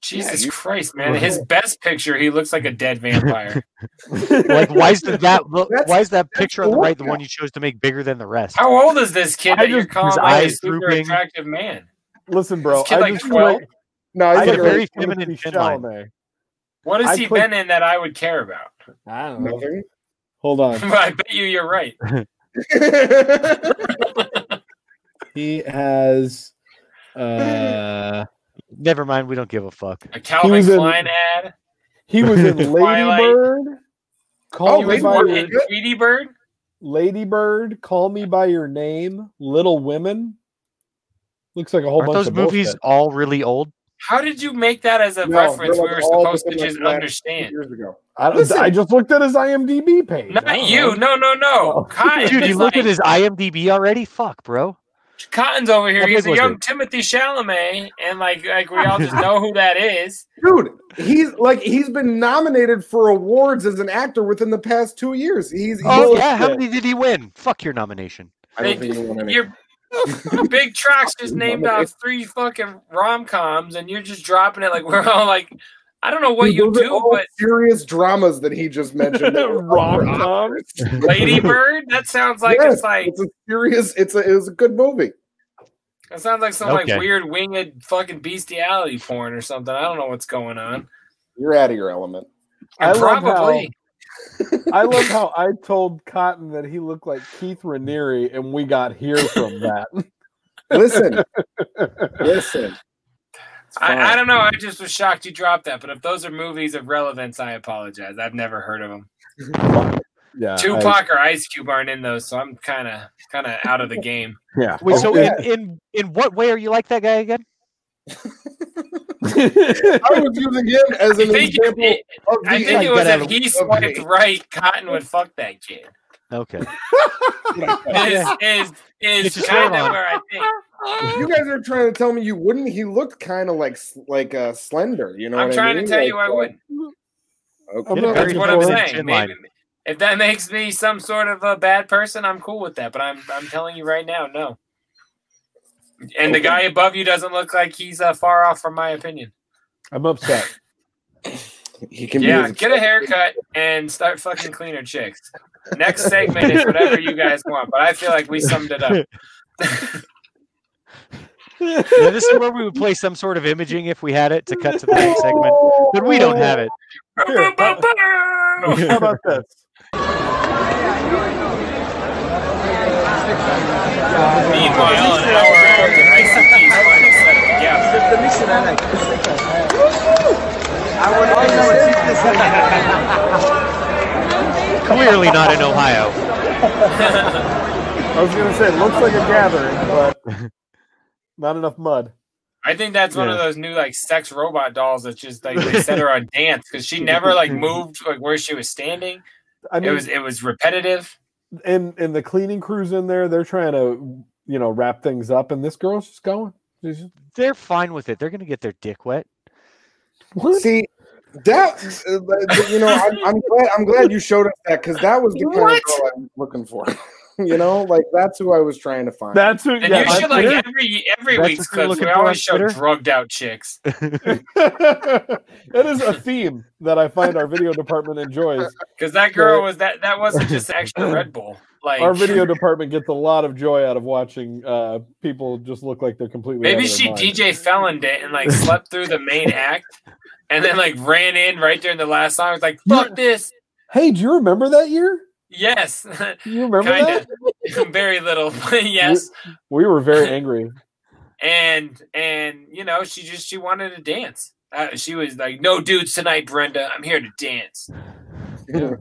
Speaker 3: Jesus
Speaker 9: you-
Speaker 3: Christ, man! His best picture, he looks like a dead vampire.
Speaker 10: Like, why is that? that look,
Speaker 9: That's-
Speaker 10: why is that picture on the
Speaker 9: the
Speaker 10: right the
Speaker 9: workout.
Speaker 10: one you chose to make bigger than the rest?
Speaker 3: How old is this kid
Speaker 13: I
Speaker 3: that you're
Speaker 13: just-
Speaker 3: calling
Speaker 10: his
Speaker 3: like a
Speaker 10: eyes
Speaker 3: super
Speaker 10: drooping.
Speaker 3: attractive man?
Speaker 13: Listen, bro,
Speaker 3: this kid
Speaker 13: I
Speaker 3: like
Speaker 13: just
Speaker 3: 12?
Speaker 13: like
Speaker 9: no, he's
Speaker 13: I
Speaker 10: He's
Speaker 9: like,
Speaker 10: a very
Speaker 13: just wanna
Speaker 10: feminine
Speaker 13: see
Speaker 10: thin line.
Speaker 13: Chalamet.
Speaker 3: What has
Speaker 13: I
Speaker 3: he
Speaker 13: click-
Speaker 3: been in that I would care about?
Speaker 13: I don't know.
Speaker 9: nothing.
Speaker 13: Hold on.
Speaker 3: I bet you you're right.
Speaker 13: He has. Uh,
Speaker 10: Never mind, we don't give a fuck.
Speaker 3: A Calvin
Speaker 13: was in-
Speaker 3: Klein ad.
Speaker 13: he was in
Speaker 3: Twilight.
Speaker 13: Ladybird.
Speaker 3: Oh,
Speaker 9: Call me by your
Speaker 3: Tweety Bird.
Speaker 9: Lady Bird, Call Me by Your Name, Little Women. Looks like a whole
Speaker 10: Aren't
Speaker 9: bunch
Speaker 10: those
Speaker 9: of
Speaker 10: movies
Speaker 9: bullshit.
Speaker 10: all really old?
Speaker 3: How did you make that as a
Speaker 2: No,
Speaker 3: reference?
Speaker 2: they're
Speaker 3: We
Speaker 2: like
Speaker 3: were
Speaker 2: all
Speaker 3: supposed to
Speaker 2: within, like,
Speaker 3: just
Speaker 2: last
Speaker 3: understand.
Speaker 2: years ago.
Speaker 9: I, don't,
Speaker 2: Listen.
Speaker 9: I just looked at his IMDb page. I
Speaker 3: Not
Speaker 9: don't
Speaker 3: you.
Speaker 9: know.
Speaker 3: No, no,
Speaker 2: Oh.
Speaker 3: no. Cotton.
Speaker 10: Dude,
Speaker 3: is
Speaker 10: you looked
Speaker 3: like-
Speaker 10: at his IMDb already? Fuck, bro.
Speaker 3: Cotton's over here.
Speaker 10: How
Speaker 3: He's
Speaker 10: big
Speaker 3: a
Speaker 10: was
Speaker 3: young
Speaker 10: it?
Speaker 3: Timothy Chalamet, and like like we all just know who that is.
Speaker 2: dude he's like he's been nominated for awards as an actor within the past two years he's, he's
Speaker 10: Oh, yeah. How
Speaker 9: shit.
Speaker 10: many did he win? Fuck your nomination.
Speaker 2: i don't think he won any
Speaker 3: Your big trucks just named
Speaker 2: Nominated.
Speaker 3: off three fucking rom coms, and you're just dropping it like we're all like, I don't know what
Speaker 2: Dude,
Speaker 3: you
Speaker 2: those are
Speaker 3: do,
Speaker 2: all
Speaker 3: but
Speaker 2: serious dramas that he just mentioned that were
Speaker 9: Rom-coms?
Speaker 2: up for Oscars.
Speaker 3: Lady Bird. That sounds like
Speaker 2: Yes,
Speaker 3: it's like
Speaker 2: a serious it's a it's a good movie
Speaker 3: that sounds like some
Speaker 10: Okay.
Speaker 3: like weird winged fucking bestiality porn or something. I don't know what's going on.
Speaker 2: you're out of your element
Speaker 9: I
Speaker 3: And
Speaker 9: love how-
Speaker 3: probably
Speaker 9: I love how I told Cotton that he looked like Keith Raniere, and we got here from that.
Speaker 2: listen listen It's fine.
Speaker 3: I, I don't know. I just was shocked you dropped that. But if those are movies of relevance, I apologize. I've never heard of them.
Speaker 9: yeah, I-
Speaker 3: Tupac or Ice Cube aren't in those, so I'm kind of kind of out of the game.
Speaker 9: Oh, yeah.
Speaker 10: Wait, so
Speaker 2: Okay.
Speaker 10: in, in in what way are you like that guy again?
Speaker 2: I was using him as
Speaker 3: I
Speaker 2: an
Speaker 3: think, it,
Speaker 2: example
Speaker 3: it-
Speaker 2: of the
Speaker 3: I think it
Speaker 10: you
Speaker 3: was
Speaker 10: gotta
Speaker 3: if he
Speaker 2: love
Speaker 3: swiped
Speaker 2: me.
Speaker 3: right, Cotton would fuck that kid.
Speaker 10: Okay.
Speaker 3: Is is is
Speaker 10: It's just
Speaker 3: kind
Speaker 10: wrong.
Speaker 3: of where I think.
Speaker 2: you guys are trying to tell me you wouldn't he looked kind of like like uh slender you know
Speaker 3: I'm
Speaker 2: what I
Speaker 3: trying
Speaker 2: mean?
Speaker 3: to tell you
Speaker 2: Like,
Speaker 3: I
Speaker 2: uh,
Speaker 3: wouldn't.
Speaker 2: okay.
Speaker 9: I'm not
Speaker 10: Very
Speaker 3: That's what I'm
Speaker 10: forward
Speaker 3: saying.
Speaker 10: chin
Speaker 3: Maybe,
Speaker 10: line.
Speaker 3: if that makes me some sort of a bad person, I'm cool with that. But I'm I'm telling you right now, no. And the guy above you doesn't look like he's uh, far off from my opinion.
Speaker 9: I'm upset.
Speaker 2: He can be
Speaker 3: Yeah,
Speaker 2: as-
Speaker 3: get a haircut and start fucking cleaner chicks. Next segment is whatever you guys want, but I feel like we summed it up.
Speaker 10: Now, this is where we would play some sort of imaging if we had it to cut to the next segment. But we don't have it.
Speaker 9: Here, how- how about this?
Speaker 3: Meanwhile, an hour after ICT's finally set it together.
Speaker 10: Clearly not in Ohio.
Speaker 9: I was gonna say it looks like a gathering, but not enough mud.
Speaker 3: I think that's one of
Speaker 10: Yeah.
Speaker 3: those new like sex robot dolls that just like they set her on dance because she never like moved like where she was standing.
Speaker 9: I mean,
Speaker 3: It was it was repetitive.
Speaker 9: and and the cleaning crews in there, they're trying to you know wrap things up, and this girl's just going. She's just,
Speaker 10: They're fine with it. They're gonna get their dick wet.
Speaker 9: what?
Speaker 2: See, that uh, but, you know, I'm, I'm glad I'm glad you showed us that because that was the kind
Speaker 3: What?
Speaker 2: of girl I was looking for. you know, like that's who I was trying to find.
Speaker 9: That's who.
Speaker 3: And
Speaker 9: yeah,
Speaker 3: you should
Speaker 9: I-
Speaker 3: like every every
Speaker 10: That's
Speaker 3: week's
Speaker 10: what you're
Speaker 3: clips we
Speaker 10: looking for on
Speaker 3: always show
Speaker 10: Twitter?
Speaker 3: drugged out chicks.
Speaker 9: that is a theme that I find our video department enjoys.
Speaker 3: Because that girl was that that wasn't just actually Red Bull. Like
Speaker 9: Our video department gets a lot of joy out of watching uh, people just look like they're completely.
Speaker 3: Maybe
Speaker 9: out of their
Speaker 3: she
Speaker 9: mind.
Speaker 3: DJ Feloned it and like slept through the main act and then like ran in right during the last song. It's like, fuck this.
Speaker 9: Hey, do you remember that year?
Speaker 3: Yes.
Speaker 9: You remember
Speaker 3: Kinda.
Speaker 9: that?
Speaker 3: Very little. but yes.
Speaker 9: We were very angry.
Speaker 3: And and you know, she just she wanted to dance. Uh, she was like, No dudes tonight, Brenda. I'm here to dance. And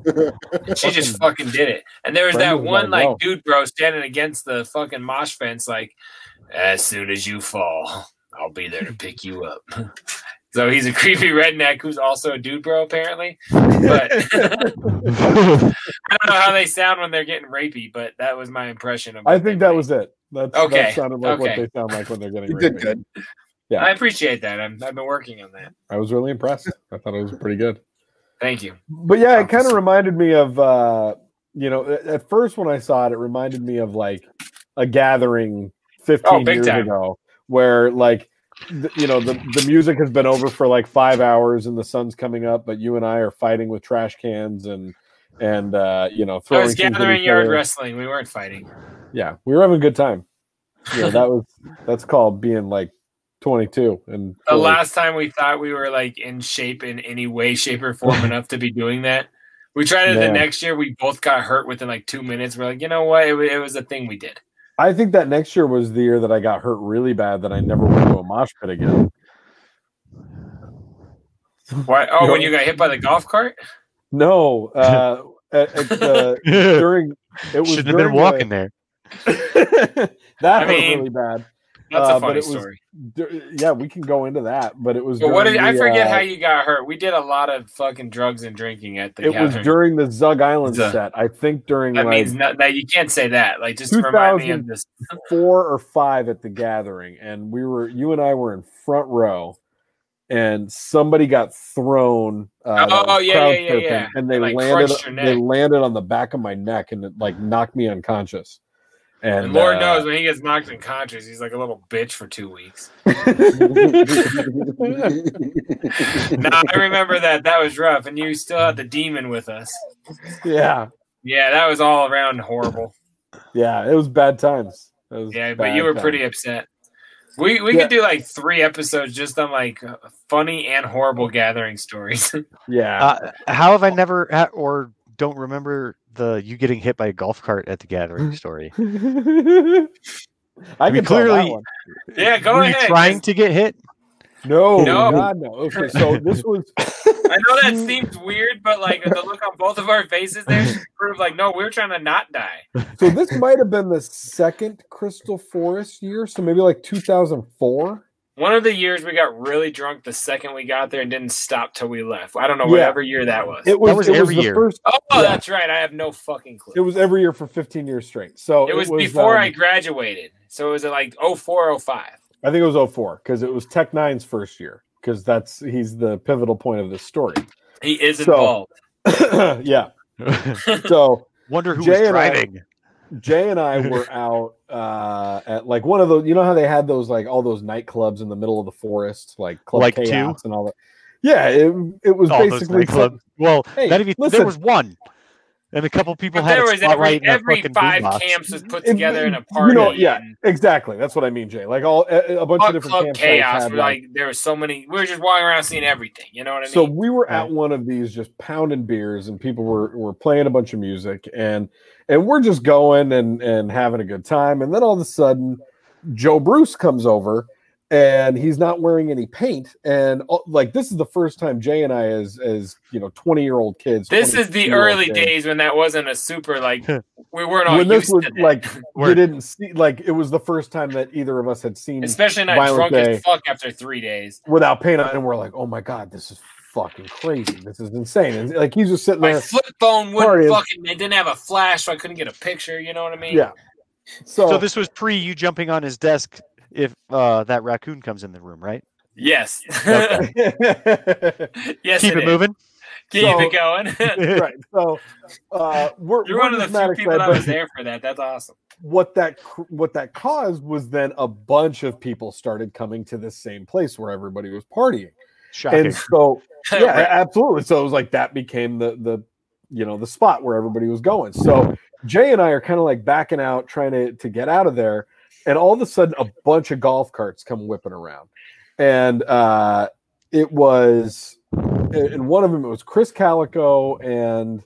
Speaker 3: she just fucking did it. And there was that
Speaker 9: Brenda's my
Speaker 3: one like
Speaker 9: bro.
Speaker 3: dude bro standing against the fucking mosh fence, like, as soon as you fall, I'll be there to pick you up. so he's a creepy redneck who's also a dude bro, apparently. But I don't know how they sound when they're getting rapey, but that was my impression of.
Speaker 9: I
Speaker 3: what they
Speaker 9: think that
Speaker 3: made.
Speaker 9: was it. That's,
Speaker 3: Okay,
Speaker 9: That sounded like
Speaker 3: okay.
Speaker 9: what they sound like when they're getting
Speaker 2: you did
Speaker 9: raped.
Speaker 2: good.
Speaker 9: yeah.
Speaker 3: I appreciate that. I'm, I've been working on that.
Speaker 9: I was really impressed. I thought it was pretty good.
Speaker 3: Thank you.
Speaker 9: But yeah, it kind of reminded me of uh, you know, at- at first when I saw it, it reminded me of like a gathering 15
Speaker 3: Oh, big
Speaker 9: years
Speaker 3: time.
Speaker 9: ago where like th- you know the, the music has been over for like five hours and the sun's coming up but you and i are fighting with trash cans and and uh you know
Speaker 3: I
Speaker 9: throwing
Speaker 3: was
Speaker 9: things at
Speaker 3: gathering
Speaker 9: each
Speaker 3: yard
Speaker 9: other.
Speaker 3: wrestling. We weren't fighting.
Speaker 9: yeah we were having a good time yeah that was that's called being like 22 and
Speaker 3: The
Speaker 9: really-
Speaker 3: last time we thought we were like in shape in any way, shape, or form enough to be doing that. We tried it
Speaker 9: Man.
Speaker 3: the next year. We both got hurt within like two minutes. We're like, you know what? It, wa- it was a thing we did.
Speaker 9: I think that next year was the year that I got hurt really bad that I never went to a mosh pit again.
Speaker 3: Why? Oh, when you got hit by the golf cart?
Speaker 9: No, uh, at, at the, during it was
Speaker 10: Shouldn't have been
Speaker 9: during
Speaker 10: walking
Speaker 9: the-
Speaker 10: there.
Speaker 9: That
Speaker 3: I
Speaker 9: was
Speaker 3: mean,
Speaker 9: really bad.
Speaker 3: That's
Speaker 9: Uh,
Speaker 3: a
Speaker 9: but
Speaker 3: funny
Speaker 9: it was-
Speaker 3: story.
Speaker 9: dur- yeah, we can go into that, but it was.
Speaker 3: But what
Speaker 9: during
Speaker 3: did I
Speaker 9: the,
Speaker 3: forget
Speaker 9: uh,
Speaker 3: how you got hurt? We did a lot of fucking drugs and drinking at the
Speaker 9: It was
Speaker 3: gathering.
Speaker 9: during the Zug Island
Speaker 3: Zug.
Speaker 9: set. I think during
Speaker 3: that
Speaker 9: like
Speaker 3: means not, that you can't say that. Like just remind me of
Speaker 9: 2000
Speaker 3: this.
Speaker 9: four or five at the gathering, and we were you and I were in front row, and somebody got thrown. Uh, that
Speaker 3: Oh,
Speaker 9: was
Speaker 3: yeah,
Speaker 9: crowd
Speaker 3: yeah, yeah, yeah.
Speaker 9: surfing, And they
Speaker 3: And, like,
Speaker 9: landed.
Speaker 3: crushed your
Speaker 9: They
Speaker 3: neck.
Speaker 9: landed on the back of my neck, and it like knocked me unconscious. And,
Speaker 3: And, Lord
Speaker 9: uh,
Speaker 3: knows when he gets knocked unconscious, he's like a little bitch for two weeks. nah, I remember that. That was rough, and you still had the demon with us.
Speaker 9: yeah,
Speaker 3: Yeah, that was all around horrible.
Speaker 9: yeah, it was bad times. It was
Speaker 3: Yeah, but
Speaker 9: bad
Speaker 3: you were
Speaker 9: times.
Speaker 3: pretty upset. We we
Speaker 9: Yeah.
Speaker 3: could do like three episodes just on like uh, funny and horrible gathering stories.
Speaker 9: Yeah,
Speaker 10: Uh, how have I never ha- or don't remember the you getting hit by a golf cart at the gathering story?
Speaker 9: I
Speaker 10: I mean,
Speaker 9: can clearly
Speaker 10: clearly-
Speaker 3: yeah, go
Speaker 10: Were you
Speaker 3: ahead.
Speaker 10: trying to get hit?
Speaker 9: no,
Speaker 3: No.
Speaker 9: God, no. Okay, so this was
Speaker 3: I know that seems weird, but like the look on both of our faces there should prove like no, we're trying to not die.
Speaker 9: So this might have been the second Crystal Forest year, so maybe like 2004.
Speaker 3: One of the years we got really drunk the second we got there and didn't stop till we left. I don't know
Speaker 9: Yeah.
Speaker 3: whatever year that was.
Speaker 9: It was,
Speaker 10: was
Speaker 9: it
Speaker 10: every
Speaker 9: was the
Speaker 10: year.
Speaker 9: First,
Speaker 3: oh,
Speaker 9: yeah.
Speaker 3: that's right. I have no fucking clue.
Speaker 9: it was every year for 15 years straight. So
Speaker 3: It was before
Speaker 9: um,
Speaker 3: I graduated, so it was at like 04, 05.
Speaker 9: I think it was 04 because it was Tech Nine's first year because that's he's the pivotal point of this story.
Speaker 3: He is
Speaker 9: So-
Speaker 3: involved.
Speaker 9: yeah. So
Speaker 10: Wonder who
Speaker 9: Jay
Speaker 10: was
Speaker 9: and I-
Speaker 10: driving.
Speaker 9: Jay and I were out uh, at like one of those. You know how they had those like all those nightclubs in the middle of the forest, like Club
Speaker 10: Like two?
Speaker 9: Chaos and all that. Yeah, it, it was
Speaker 10: All those
Speaker 9: basically
Speaker 10: nightclubs. Well,
Speaker 9: Hey,
Speaker 10: that'd be,
Speaker 9: listen.
Speaker 10: there was one, and a couple people
Speaker 3: But
Speaker 10: had
Speaker 3: there
Speaker 10: a
Speaker 3: was every,
Speaker 10: spotlight and a
Speaker 3: every
Speaker 10: fucking
Speaker 3: five
Speaker 10: boombox.
Speaker 3: camps was put
Speaker 9: It-
Speaker 3: together in a
Speaker 9: you
Speaker 3: party.
Speaker 9: know, yeah.
Speaker 3: and
Speaker 9: Exactly. That's what I mean, Jay. Like all a, a bunch of
Speaker 3: Fuck
Speaker 9: different
Speaker 3: Club
Speaker 9: campsites
Speaker 3: Chaos.
Speaker 9: had,
Speaker 3: We're like, there was so many. We were just walking around seeing everything. You know what I mean?
Speaker 9: so we were at
Speaker 10: Right.
Speaker 9: one of these just pounding beers and people were, were playing a bunch of music and and we're just going and and having a good time and then all of a sudden Joe Bruce comes over and he's not wearing any paint and uh, like this is the first time Jay and I as as you know 20 year old kids
Speaker 3: this is the
Speaker 9: 22-year-old
Speaker 3: early
Speaker 9: kids,
Speaker 3: days when that wasn't a super like we weren't all
Speaker 9: when
Speaker 3: used
Speaker 9: this was
Speaker 3: to that.
Speaker 9: like you
Speaker 10: Word.
Speaker 9: didn't see like it was the first time that either of us had seen
Speaker 3: especially not
Speaker 9: Violent
Speaker 3: drunk
Speaker 9: Day.
Speaker 3: as fuck after three days.
Speaker 9: without paint on, and we're like, oh my god, this is fucking crazy. This is insane. And like he's just sitting
Speaker 3: My
Speaker 9: there.
Speaker 3: flip phone wouldn't
Speaker 9: Sorry.
Speaker 3: fucking. It didn't have a flash, so I couldn't get a picture. You know what I mean?
Speaker 9: Yeah. So,
Speaker 10: So this was pre you jumping on his desk if uh, that raccoon comes in the room, right?
Speaker 3: Yes. yes.
Speaker 10: Keep it
Speaker 3: is.
Speaker 10: moving.
Speaker 3: Keep
Speaker 9: So-
Speaker 3: it going.
Speaker 9: right. So uh, we're
Speaker 3: You're
Speaker 9: we're
Speaker 3: one of the
Speaker 9: just mad
Speaker 3: few people
Speaker 9: excited,
Speaker 3: that
Speaker 9: but
Speaker 3: was there for that. That's awesome.
Speaker 9: What that cr- what that caused was then a bunch of people started coming to this same place where everybody was partying,
Speaker 10: Shocking.
Speaker 9: and so yeah,
Speaker 3: Right.
Speaker 9: absolutely. So it was like that became the the you know the spot where everybody was going. So Jay and I are kind of like backing out, trying to to get out of there, and all of a sudden a bunch of golf carts come whipping around, and uh, it was in one of them it was Chris Calico and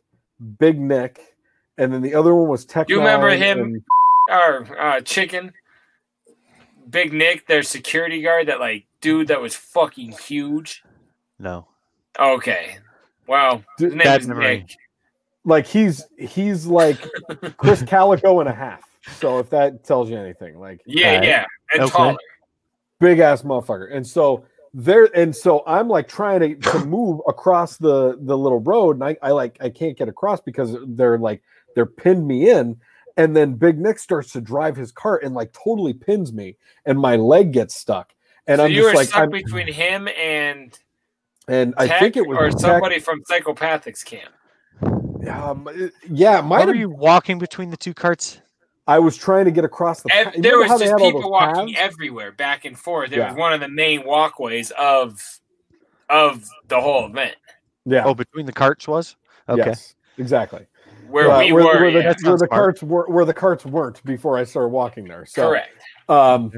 Speaker 9: Big Nick, and then the other one was Tech.
Speaker 3: You remember
Speaker 9: Nine
Speaker 3: him?
Speaker 9: and-
Speaker 3: Our uh, chicken, Big Nick, their security guard, that like dude that was fucking huge.
Speaker 10: no.
Speaker 3: Okay. Wow.
Speaker 9: Dude,
Speaker 3: His name
Speaker 10: bad
Speaker 3: is
Speaker 10: memory.
Speaker 3: Nick.
Speaker 9: like he's he's like Chris Calico and a half. So if that tells you anything, like
Speaker 3: Yeah,
Speaker 10: Alright.
Speaker 3: yeah. And
Speaker 10: Okay.
Speaker 3: taller.
Speaker 9: big ass motherfucker. And so there, and so I'm like trying to, to move across the the little road, and I, I like I can't get across because they're like they're pinned me in. And then Big Nick starts to drive his cart and like totally pins me, and my leg gets stuck. And
Speaker 3: so
Speaker 9: I'm
Speaker 3: you
Speaker 9: just
Speaker 3: were
Speaker 9: like,
Speaker 3: stuck
Speaker 9: I'm,
Speaker 3: between him and
Speaker 9: and I
Speaker 3: Tech
Speaker 9: think it was
Speaker 3: or
Speaker 9: Tech-
Speaker 3: somebody from Psychopathics camp.
Speaker 9: Um, it- yeah, it might
Speaker 10: Why were
Speaker 9: have.
Speaker 10: you walking between the two carts?
Speaker 9: I was trying to get across the.
Speaker 3: Ev-
Speaker 9: pa- you
Speaker 3: there
Speaker 9: remember
Speaker 3: was
Speaker 9: how they
Speaker 3: just
Speaker 9: had all
Speaker 3: people
Speaker 9: those
Speaker 3: walking
Speaker 9: paths?
Speaker 3: everywhere, back and forth. It was
Speaker 9: Yeah.
Speaker 3: one of the main walkways of of the whole event
Speaker 9: Yeah.
Speaker 10: Oh, between the carts was? Okay.
Speaker 9: Yes, exactly.
Speaker 3: where
Speaker 9: Uh,
Speaker 3: we
Speaker 9: where,
Speaker 3: were.
Speaker 9: where the,
Speaker 3: yeah.
Speaker 10: That
Speaker 9: where
Speaker 10: sounds
Speaker 9: the
Speaker 10: smart.
Speaker 9: carts were, where the carts weren't before I started walking there. So,
Speaker 3: Correct.
Speaker 9: Um,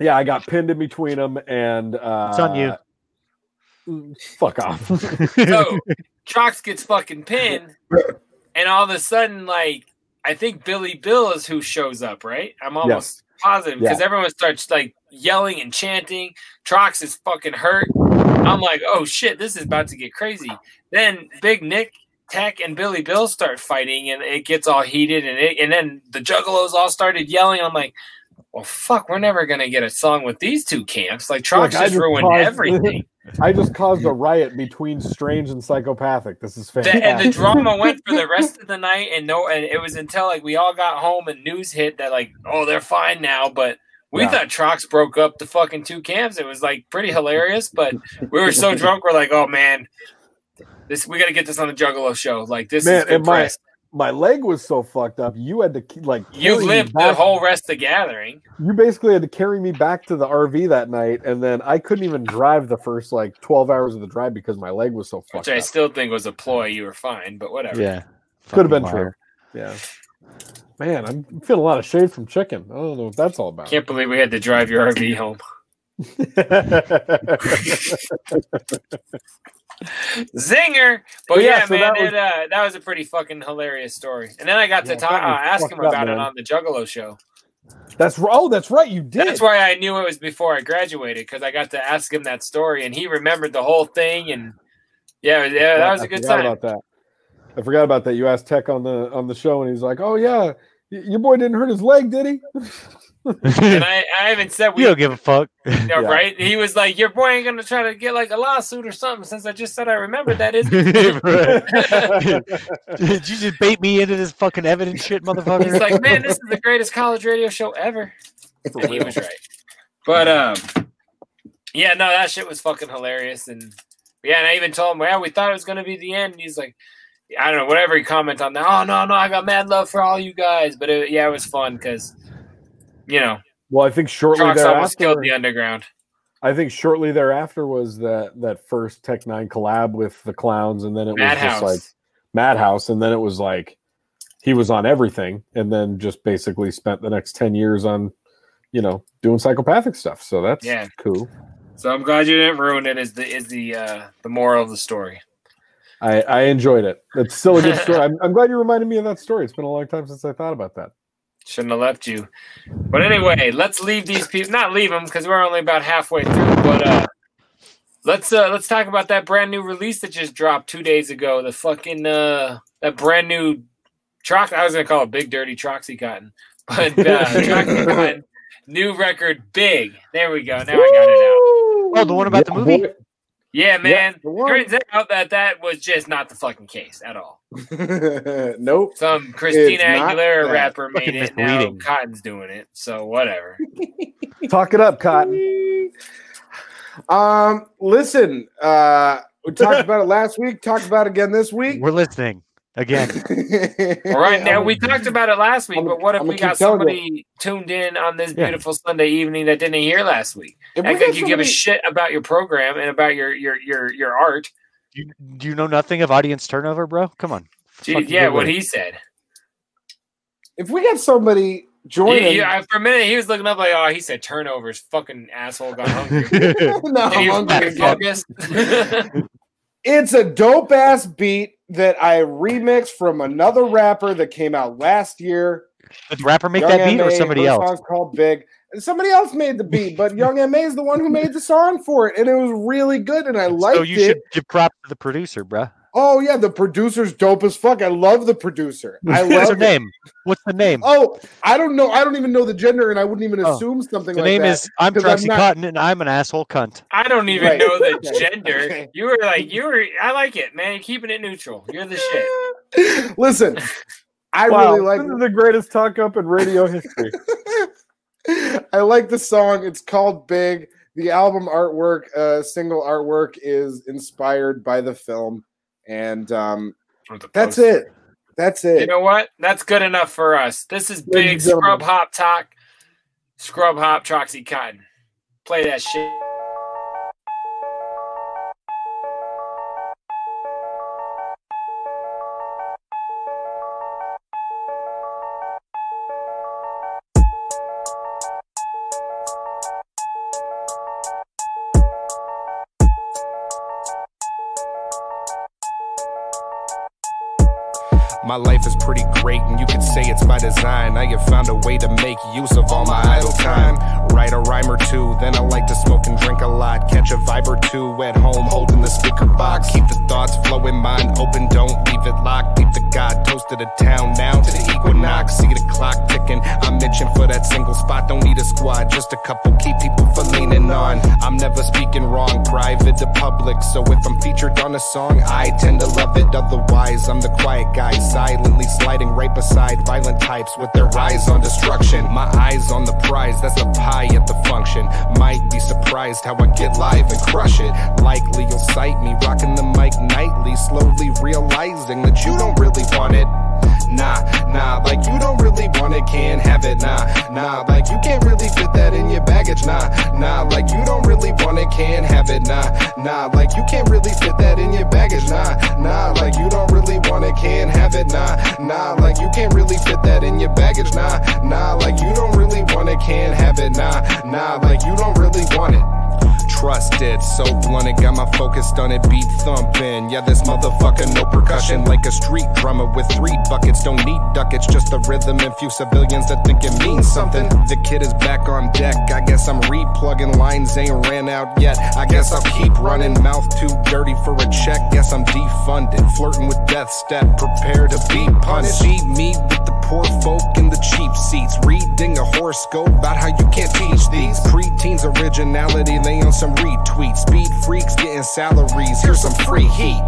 Speaker 9: yeah, I got pinned in between them, and uh,
Speaker 10: It's on you.
Speaker 9: Fuck off.
Speaker 3: So Trox gets fucking pinned, and all of a sudden, like I think Billy Bill is who shows up. Right? I'm almost positive because everyone starts like yelling and chanting. Trox is fucking hurt. I'm like, oh shit, this is about to get crazy. Then Big Nick Tech and Billy Bill start fighting, and it gets all heated, and it, and then the Juggalos all started yelling. I'm like, well, fuck, we're never gonna get a song with these two camps. Like Trunks
Speaker 9: Look, I
Speaker 3: just ruined
Speaker 9: caused-
Speaker 3: everything.
Speaker 9: I just caused a riot between strange and psychopathic. This is
Speaker 3: The-
Speaker 9: fantastic.
Speaker 3: and the drama went for the rest of the night, and no, and it was until like we all got home and news hit that like, oh, they're fine now. But we
Speaker 9: Yeah.
Speaker 3: thought Trox broke up the fucking two camps. It was like pretty hilarious, but we were so drunk, we're like, oh man, this we got to get this on the Juggalo show. Like this is
Speaker 9: Man,
Speaker 3: good
Speaker 9: and my
Speaker 3: press.
Speaker 9: my leg was so fucked up. You had to ke- like
Speaker 3: You
Speaker 9: carry me
Speaker 3: lived the
Speaker 9: back-
Speaker 3: whole rest of the gathering.
Speaker 9: You basically had to carry me back to the RV that night, and then I couldn't even drive the first like twelve hours of the drive because my leg was so fucked
Speaker 3: which I
Speaker 9: up.
Speaker 3: still think was a ploy. You were fine, but whatever.
Speaker 10: Yeah.
Speaker 9: Could
Speaker 10: Fucking
Speaker 9: have been
Speaker 10: liar.
Speaker 9: true. Yeah. Man, I'm feeling a lot of shade from chicken. I don't know what that's all about.
Speaker 3: Can't believe we had to drive your RV home. Zinger! But
Speaker 9: But Oh, yeah,
Speaker 3: yeah,
Speaker 9: so
Speaker 3: man,
Speaker 9: that was-
Speaker 3: it, uh, that was a pretty fucking hilarious story. And then I got
Speaker 9: Yeah,
Speaker 3: to talk, uh,
Speaker 9: that was
Speaker 3: ask him
Speaker 9: fucked up,
Speaker 3: about it
Speaker 9: man.
Speaker 3: on the Juggalo show.
Speaker 9: That's r- oh, that's right. You did.
Speaker 3: That's why I knew it was before I graduated because I got to ask him that story, and he remembered the whole thing. And yeah, yeah, that was
Speaker 9: I
Speaker 3: a good
Speaker 9: forgot
Speaker 3: time.
Speaker 9: About that, I forgot about that. You asked Tech on the on the show, and he's like, "Oh yeah, y- your boy didn't hurt his leg, did he?"
Speaker 3: And I, I even said we
Speaker 10: you don't give a fuck.
Speaker 3: Yeah,
Speaker 9: Yeah.
Speaker 3: right? He was like, Your boy ain't gonna try to get like a lawsuit or something since I just said I remembered that is
Speaker 10: Right. Did you just bait me into this fucking evidence shit, motherfucker?
Speaker 3: He's like, Man, this is the greatest college radio show ever. And he was right. But um yeah, no, that shit was fucking hilarious and yeah, and I even told him, Well, we thought it was gonna be the end. And he's like I don't know, whatever he commented on that. Oh no, no, I got mad love for all you guys. But it, yeah, it was fun because you know,
Speaker 9: Well, I think shortly
Speaker 3: Trox almost
Speaker 9: thereafter,
Speaker 3: killed the underground.
Speaker 9: I think shortly thereafter was that that first Tech Nine collab with the clowns, and then it
Speaker 3: Madhouse.
Speaker 9: was just like Madhouse, and then it was like he was on everything, and then just basically spent the next ten years on, you know, doing psychopathic stuff. So that's
Speaker 3: Yeah.
Speaker 9: cool.
Speaker 3: so I'm glad you didn't ruin it is the is the uh the moral of the story.
Speaker 9: I, I enjoyed it. It's still a good story. I'm, I'm glad you reminded me of that story. It's been a long time since I thought about that.
Speaker 3: Shouldn't have left you. But anyway, let's leave these people. Not leave them because we're only about halfway through. But uh, let's uh, let's talk about that brand new release that just dropped two days ago. The fucking uh, that brand new Trox. I was gonna call it Big Dirty Troxy Cotton, but uh, Troxy Cotton new record, Big. There we go. Now I got it
Speaker 10: oh,
Speaker 3: out.
Speaker 10: the one about the
Speaker 9: Yeah,
Speaker 10: movie?
Speaker 9: boy.
Speaker 3: Yeah, man.
Speaker 2: the one.
Speaker 3: Turns out that that was just not the fucking case at all.
Speaker 2: nope.
Speaker 3: Some Christina
Speaker 2: It's not
Speaker 3: Aguilera
Speaker 2: that.
Speaker 3: rapper made
Speaker 10: Fucking
Speaker 3: it. Now
Speaker 10: misleading.
Speaker 3: Cotton's doing it, so whatever.
Speaker 9: Talk it up, Cotton.
Speaker 2: Um, listen, uh, we talked about it last week, talked about it again this week.
Speaker 10: We're listening again.
Speaker 2: All
Speaker 3: All right, now we talked about it last week,
Speaker 2: I'm-
Speaker 3: but what if
Speaker 2: I'm
Speaker 3: we
Speaker 2: gonna keep
Speaker 3: got
Speaker 2: telling
Speaker 3: somebody tuned in on this
Speaker 10: Yeah.
Speaker 3: beautiful Sunday evening that didn't hear last week? I think you give a shit about your program and about your your your your art.
Speaker 10: you, do you know nothing of audience turnover, bro? Come on.
Speaker 3: Gee,
Speaker 10: Fucking
Speaker 3: yeah,
Speaker 10: good
Speaker 3: what
Speaker 10: word.
Speaker 3: he said.
Speaker 2: if we got somebody
Speaker 3: He-
Speaker 2: joining,
Speaker 3: he- I- for a minute, he was looking up like, oh, he said turnovers. Fucking asshole got hungry.
Speaker 10: Dude,
Speaker 2: no,
Speaker 3: Did you
Speaker 2: I'm hungry
Speaker 3: fucking
Speaker 2: again.
Speaker 3: focus?
Speaker 2: It's a dope ass beat that I remixed from another rapper that came out last year.
Speaker 10: Did rapper make
Speaker 2: Young
Speaker 10: that beat or
Speaker 2: MA,
Speaker 10: somebody
Speaker 2: her
Speaker 10: else?
Speaker 2: Song's called Big. Somebody else made the beat, but Young Ma is the one who made the song for it, and it was really good, and I liked
Speaker 10: so you
Speaker 2: it.
Speaker 10: should give props to the producer, bro.
Speaker 2: Oh yeah, the producer's dope as fuck. I love the producer. I love
Speaker 10: What's her
Speaker 2: it.
Speaker 10: name? What's the name?
Speaker 2: Oh, I don't know. I don't even know the gender, and I wouldn't even
Speaker 10: Oh.
Speaker 2: assume something
Speaker 10: the
Speaker 2: like
Speaker 10: name
Speaker 2: that.
Speaker 10: is I'm
Speaker 2: 'cause I'm
Speaker 10: Troxy
Speaker 2: not-
Speaker 10: Cotton and I'm an asshole cunt.
Speaker 3: I don't even
Speaker 2: Right.
Speaker 3: know the
Speaker 2: Okay.
Speaker 3: gender.
Speaker 2: Okay.
Speaker 3: You were like, you were. I like it, man. You're keeping it neutral. You're the shit.
Speaker 2: Listen, I
Speaker 9: wow,
Speaker 2: really like
Speaker 9: this is the greatest talk up in radio history.
Speaker 2: I like the song. It's called Big. The album artwork, uh, single artwork, is inspired by the film, and um, that's it. That's
Speaker 3: You
Speaker 2: it.
Speaker 3: know what? That's good enough for us. This is
Speaker 2: Ladies
Speaker 3: big
Speaker 2: and gentlemen.
Speaker 3: scrub hop talk. Scrub hop Troxy Cotton. Play that shit.
Speaker 6: My life is pretty great, and you could say it's by design. I have found a way to make use of all my idle time.
Speaker 9: write a rhyme or two. Then I like to smoke and drink a lot. Catch a vibe or two at home, holding the speaker box. Keep the thoughts flowing, mind open, don't leave it locked. Deep the god, toast to the town now to the equinox. See the clock ticking. I'm itching for that single spot, don't need a squad, just a couple key people for leaning on. I'm never speaking wrong, private to public. So if I'm featured on a song, I tend to love it. Otherwise, I'm the quiet guy, silently sliding right beside violent types with their eyes on destruction. My eyes on the prize, that's a pie at the function. Might be surprised how I get live and crush it. Likely you'll sight me rocking the mic nightly, slowly realizing that you don't really want it. Nah, nah, like you don't really want it, can't have it. Nah, nah, like you can't really fit that in your baggage. Nah, nah, like you don't really want it, can't have it. Nah, nah, like you can't really fit that in your baggage. Nah, nah, like you don't really want it, can't have it. Nah, nah, like you can't really fit that in your baggage. Nah, nah, like you don't really want it, can't have it. Nah, nah, like you don't really want it. Trust it, so blunt it, got my focus on it, beat thumping. Yeah, this motherfucker, no percussion, like a street drummer with three buckets. Don't need ducats, just the rhythm and few civilians that think it means something. The kid is back on deck, I guess I'm replugging lines, ain't ran out yet. I guess I'll keep running, mouth too dirty for a check. Guess I'm defunded, flirting with death step, prepared to be punished. Eat me with the poor folk in the cheap seats, reading a horoscope about how you can't teach these preteens originality. They on some retweets, speed freaks getting salaries. Here's some free heat.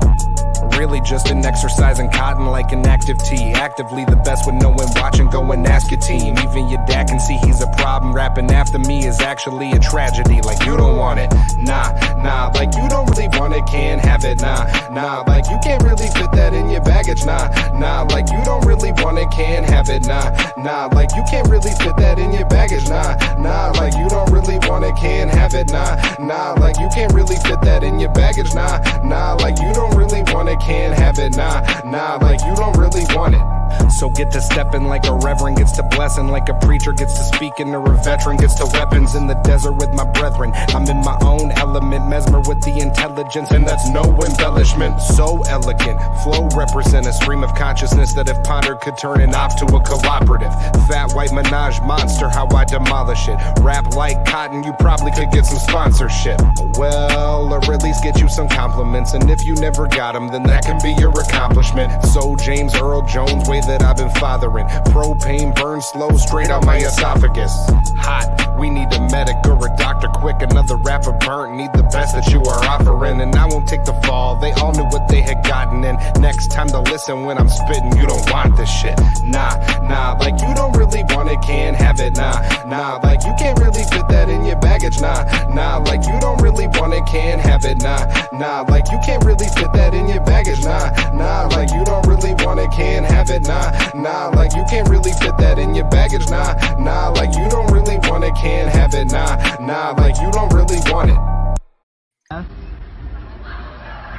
Speaker 9: Really, just an exercise in cotton like an active tee. Actively the best when no one watching, go and ask your team. Even your dad can see he's a problem. Rapping after me is actually a tragedy. Like, you don't want it. Nah, nah, like you don't really want it, can't have it. Nah, nah, like you can't really fit that in your baggage. Nah, nah, like you don't really want it, can't have it. Nah, nah, like you can't really fit that in your baggage. Nah, nah, like you don't really want it, can't have it. Nah, nah, like you can't really fit that in your baggage. Nah, nah, like you don't really want it, can't have it. Nah, nah, like you don't really want it. So get to stepping like a reverend gets to blessing, like a preacher gets to speaking, or a veteran gets to weapons in the desert with my brethren. I'm in my own element, mesmer with the intelligence, and that's no embellishment. So elegant, flow represent a stream of consciousness that if pondered could turn an op to a cooperative. Fat white menage monster, how I demolish it. Rap like cotton, you probably could get some sponsorship. Well, or at least get you some compliments, and if you never got them, then that can be your accomplishment. So James Earl Jones, way that I've been fathering. Propane burns slow, straight out my esophagus. Hot, we need a medic or a doctor quick. Another rapper burnt, need the best that you are offering. And I won't take the fall, they all knew what they had gotten. And next time to listen when I'm spitting, you don't want this shit. Nah, nah, like you don't really want it, can't have it. Nah, nah, like you can't really fit that in your baggage. Nah, nah, like you don't really want it, can't have it. Nah, nah, like you can't really fit that in your baggage. Nah, nah, like you don't really want it, can't have it. Nah, nah, like you can't really fit that in your baggage. Nah, nah, like you don't really want it, can't have it. Nah, nah, like you don't really want it.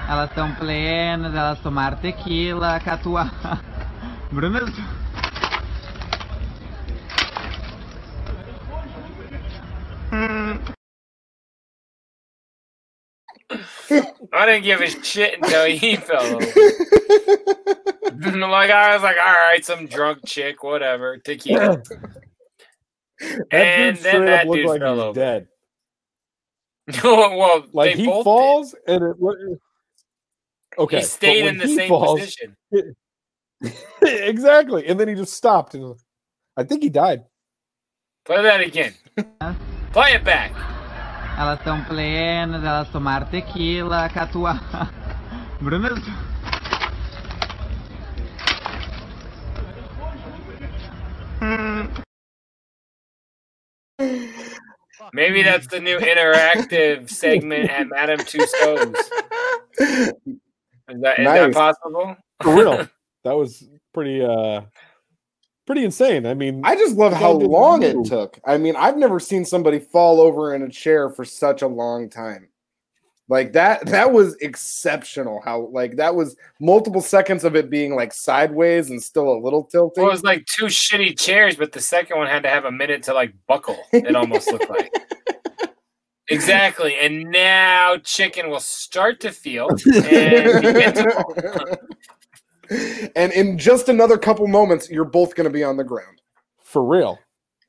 Speaker 2: Elas estão plenas, elas tomaram tequila, catuá. Brunas.
Speaker 3: I didn't give a shit until he fell over. like I was like, all right, some drunk chick, whatever, tequila. and then that dude fell over.
Speaker 14: dead.
Speaker 3: well,
Speaker 14: Like
Speaker 3: they
Speaker 14: he
Speaker 3: both
Speaker 14: falls and it. lo- Okay.
Speaker 3: He stayed
Speaker 14: but when
Speaker 3: in the
Speaker 14: he
Speaker 3: same
Speaker 14: falls-
Speaker 3: position.
Speaker 14: exactly, and then he just stopped and I think he died.
Speaker 3: Play that again. Play it back.
Speaker 2: Elas estão plenas, elas tomaram tequila, catuá. Brunas.
Speaker 3: Maybe that's the new interactive segment at Madame Tussauds. Is that, is that
Speaker 14: Nice.
Speaker 3: possible?
Speaker 14: For real, that was pretty, uh pretty insane. I mean,
Speaker 15: I just love
Speaker 14: Guy
Speaker 15: how
Speaker 14: didn't
Speaker 15: long it
Speaker 14: move.
Speaker 15: took. I mean, I've never seen somebody fall over in a chair for such a long time. Like that that was exceptional how like that was multiple seconds of it being like sideways and still a little tilting.
Speaker 3: Well, it was like two shitty chairs, but the second one had to have a minute to like buckle. It almost looked like. Exactly. And now chicken will start to feel. And begin to fall.
Speaker 15: and in just another couple moments you're both going to be on the ground.
Speaker 14: for real.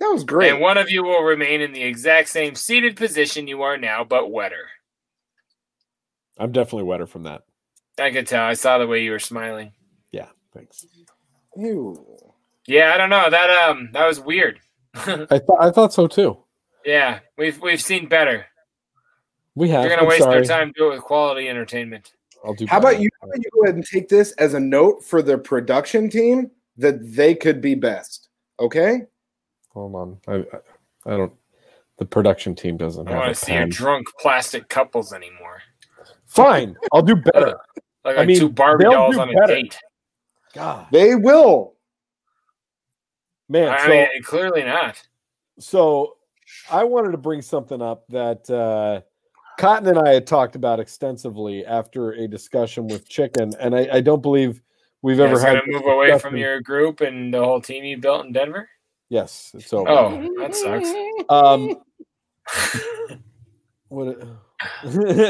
Speaker 2: That was great.
Speaker 3: And one of you will remain in the exact same seated position you are now, but wetter.
Speaker 9: I'm definitely wetter from that.
Speaker 3: I could tell. I saw the way you were smiling.
Speaker 9: Yeah, thanks.
Speaker 2: Ew.
Speaker 3: Yeah, I don't know. That um, that was weird.
Speaker 9: I thought I thought so too.
Speaker 3: Yeah, we've we've seen better.
Speaker 9: We
Speaker 3: If
Speaker 9: have.
Speaker 3: You're gonna
Speaker 9: I'm
Speaker 3: waste
Speaker 9: sorry.
Speaker 3: their time. Do it with quality entertainment.
Speaker 9: I'll do.
Speaker 2: How about you? How about you go ahead and take this as a note for the production team that they could be best. Okay.
Speaker 9: Hold on. I, I, I don't. The production team doesn't
Speaker 3: I
Speaker 9: have.
Speaker 3: don't
Speaker 9: a
Speaker 3: want to see your
Speaker 9: pen.
Speaker 3: drunk plastic couples anymore.
Speaker 9: Fine, I'll do better.
Speaker 3: Like,
Speaker 9: I
Speaker 3: like
Speaker 9: mean,
Speaker 3: two Barbie
Speaker 9: they'll
Speaker 3: dolls
Speaker 9: do
Speaker 3: on a
Speaker 9: better.
Speaker 3: date.
Speaker 9: God,
Speaker 2: they will.
Speaker 9: Man,
Speaker 3: I
Speaker 9: so
Speaker 3: mean, clearly not.
Speaker 9: so I wanted to bring something up that uh, Cotton and I had talked about extensively after a discussion with Chicken, and I, I don't believe we've
Speaker 3: You're
Speaker 9: ever
Speaker 3: just
Speaker 9: had
Speaker 3: gonna move away
Speaker 9: discussion-
Speaker 3: from your group and the whole team you built in Denver.
Speaker 9: Yes, it's over.
Speaker 3: Oh, that sucks.
Speaker 9: Um, what?